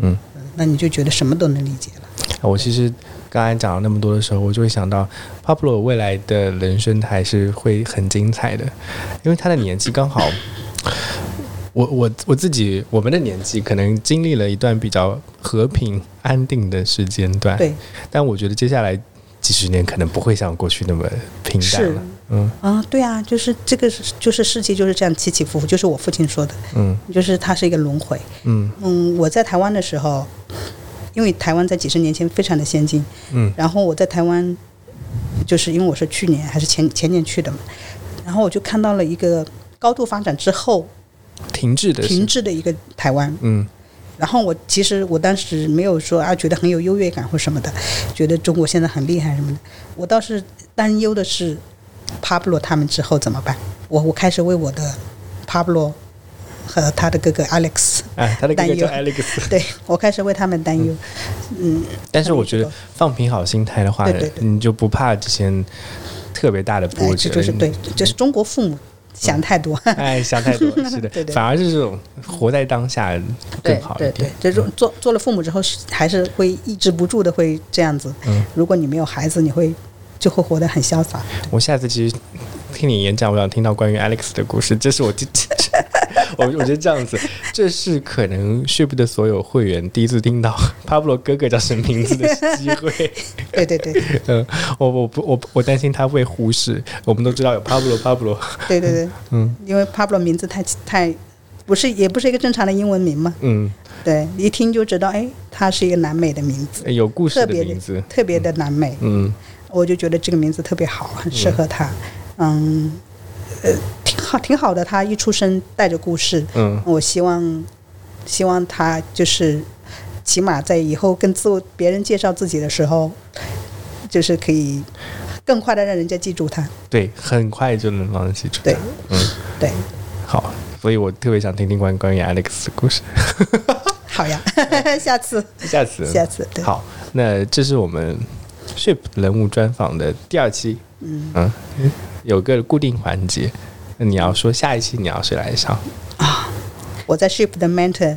S1: 嗯。
S2: 那你就觉得什么都能理解了。
S1: 我其实刚才讲了那么多的时候，我就会想到 Pablo 未来的人生还是会很精彩的，因为他的年纪刚好， 我我我自己我们的年纪可能经历了一段比较和平安定的时间段，
S2: 对，
S1: 但我觉得接下来几十年可能不会像过去那么平淡
S2: 是
S1: 了，嗯
S2: 啊，对啊，就是这个是，就是世界就是这样起起伏伏，就是我父亲说的，
S1: 嗯
S2: 就是它是一个轮回。
S1: 嗯
S2: 嗯，我在台湾的时候，因为台湾在几十年前非常的先进，
S1: 嗯
S2: 然后我在台湾，就是因为我是去年还是前前年去的嘛，然后我就看到了一个高度发展之后
S1: 停滞的是
S2: 停滞的一个台湾，
S1: 嗯
S2: 然后我其实我当时没有说啊，觉得很有优越感或什么的，觉得中国现在很厉害什么的。我倒是担忧的是，Pablo 他们之后怎么办？我我开始为我的 Pablo 和他的哥哥 Alex，
S1: 哎，他的哥哥叫
S2: 担
S1: Alex，
S2: 对我开始为他们担忧。嗯，
S1: 但是我觉得放平好心态的话，
S2: 对对对
S1: 你就不怕这些特别大的波
S2: 哎，
S1: 折，
S2: 这就是对，就是中国父母想 太多。
S1: 哎，想太多，是的，
S2: 对对
S1: 反而是这种活在当下更
S2: 对
S1: 好一
S2: 对
S1: 点嗯
S2: 对。，这种做做了父母之后，是还是会抑制不住的，会这样子。
S1: 嗯
S2: 如果你没有孩子，你会就会活得很潇洒。
S1: 我下次其实听你演讲，我想听到关于 Alex 的故事，这是我第，我 我觉得这样子，这是可能 Ship 的所有会员第一次听到 Pablo 哥哥叫什么名字的机 会。
S2: 对 对对对
S1: 嗯，我我不我我担心他会忽视，我们都知道有 Pablo Pablo，
S2: 对对，
S1: 嗯，
S2: 因为 Pablo 名字太太不是也不是一个正常的英文名嘛，
S1: 嗯，
S2: 对，一听就知道，哎，他是一个南美的名字，
S1: 哎有故事
S2: 特
S1: 的
S2: 别
S1: 名字
S2: 的，特别的南美。
S1: 嗯
S2: 我就觉得这个名字特别好，很适合他。嗯，呃，挺好，挺好的。他一出生带着故事，
S1: 嗯
S2: 我希望，希望他就是，起码在以后跟自我别人介绍自己的时候，就是可以更快的让人家记住它。
S1: 对，很快就能让人记住。
S2: 对，
S1: 嗯，
S2: 对，
S1: 好，所以我特别想听听关关于 Alex 的故事，
S2: 好呀， 下次，
S1: 下次，
S2: 下次，对，
S1: 好，那这是我们 Ship 人物专访的第二期，嗯有个固定环节，那你要说下一期你要谁来上？
S2: 我在 Ship 的 mentor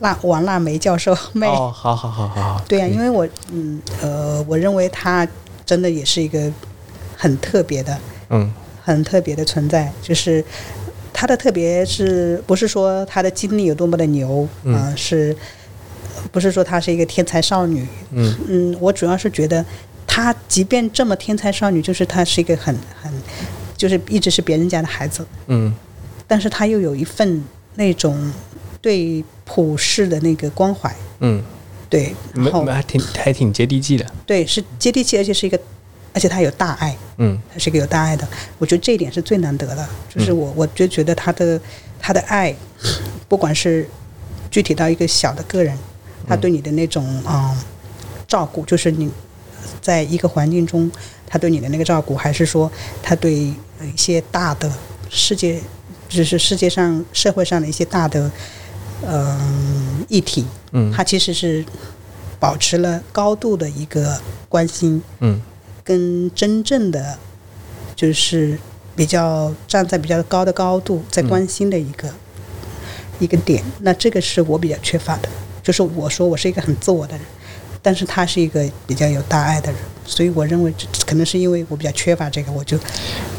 S2: 辣王腊梅教授 妹，
S1: 哦，好好好好好，
S2: 对呀、因为我嗯呃，我认为他真的也是一个很特别的，
S1: 嗯
S2: 很特别的存在，就是他的特别是不是说他的经历有多么的牛啊、
S1: 嗯
S2: 呃是不是说她是一个天才少女？
S1: 嗯
S2: 嗯，我主要是觉得她即便这么天才少女，就是她是一个很很就是一直是别人家的孩子，
S1: 嗯
S2: 但是她又有一份那种对普世的那个关怀，
S1: 嗯，
S2: 对，然
S1: 没
S2: 后
S1: 没还挺还挺接地气的，
S2: 对是接地气，而且是一个，而且她有大爱。
S1: 嗯
S2: 他是一个有大爱的，我觉得这一点是最难得的。就是我，我就觉得他的他的爱，不管是具体到一个小的个人，他对你的那种嗯照顾，就是你在一个环境中他对你的那个照顾，还是说他对一些大的世界，就是世界上社会上的一些大的嗯、议题，
S1: 嗯
S2: 他其实是保持了高度的一个关心。
S1: 嗯
S2: 跟真正的就是比较站在比较高的高度在关心的一个、一个点。那这个是我比较缺乏的，就是我说我是一个很自我的人，但是他是一个比较有大爱的人，所以我认为这可能是因为我比较缺乏这个，我就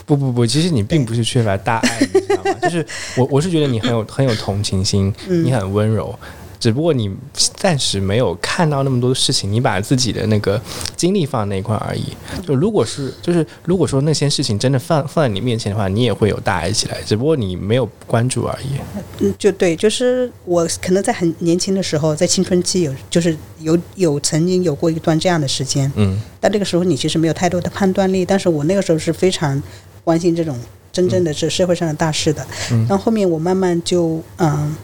S1: 不不不，其实你并不是缺乏大爱，你知道 吗？就是我我是觉得你很有很有同情心，
S2: 嗯
S1: 你很温柔，只不过你暂时没有看到那么多事情，你把自己的那个精力放在那一块而已。就如果是就是如果说那些事情真的放放在你面前的话，你也会有大爱起来，只不过你没有关注而已。
S2: 嗯，就对，就是我可能在很年轻的时候，在青春期有，就是有有曾经有过一段这样的时间，
S1: 嗯
S2: 但这个时候你其实没有太多的判断力，但是我那个时候是非常关心这种真
S1: 嗯
S2: 正的这社会上的大事的。然后后面我慢慢就嗯。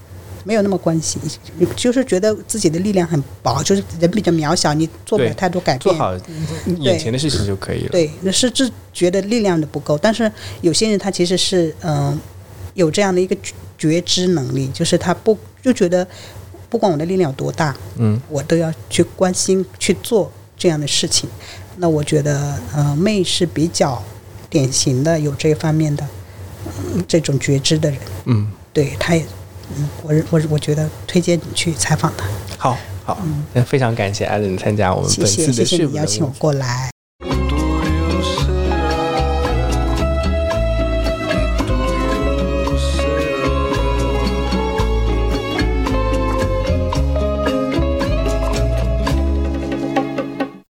S2: 没有那么关心，就是觉得自己的力量很薄，就是人比较渺小，你做不了
S1: 对
S2: 太多改
S1: 做
S2: 变。
S1: 好眼前的事情就可以了。
S2: 嗯对，那是自觉得力量的不够，但是有些人他其实是嗯、呃有这样的一个觉觉知能力，就是他不就觉得不管我的力量有多大，
S1: 嗯
S2: 我都要去关心去做这样的事情。那我觉得呃妹是比较典型的有这方面的、嗯这种觉知的人，
S1: 嗯，
S2: 对他也。嗯，我我我觉得推荐你去采访他，
S1: 哦好好，那非常感谢艾伦参加我们
S2: 谢
S1: 本
S2: 谢
S1: 次
S2: 嗯谢
S1: 的
S2: 谢
S1: 视
S2: 你邀请我过来，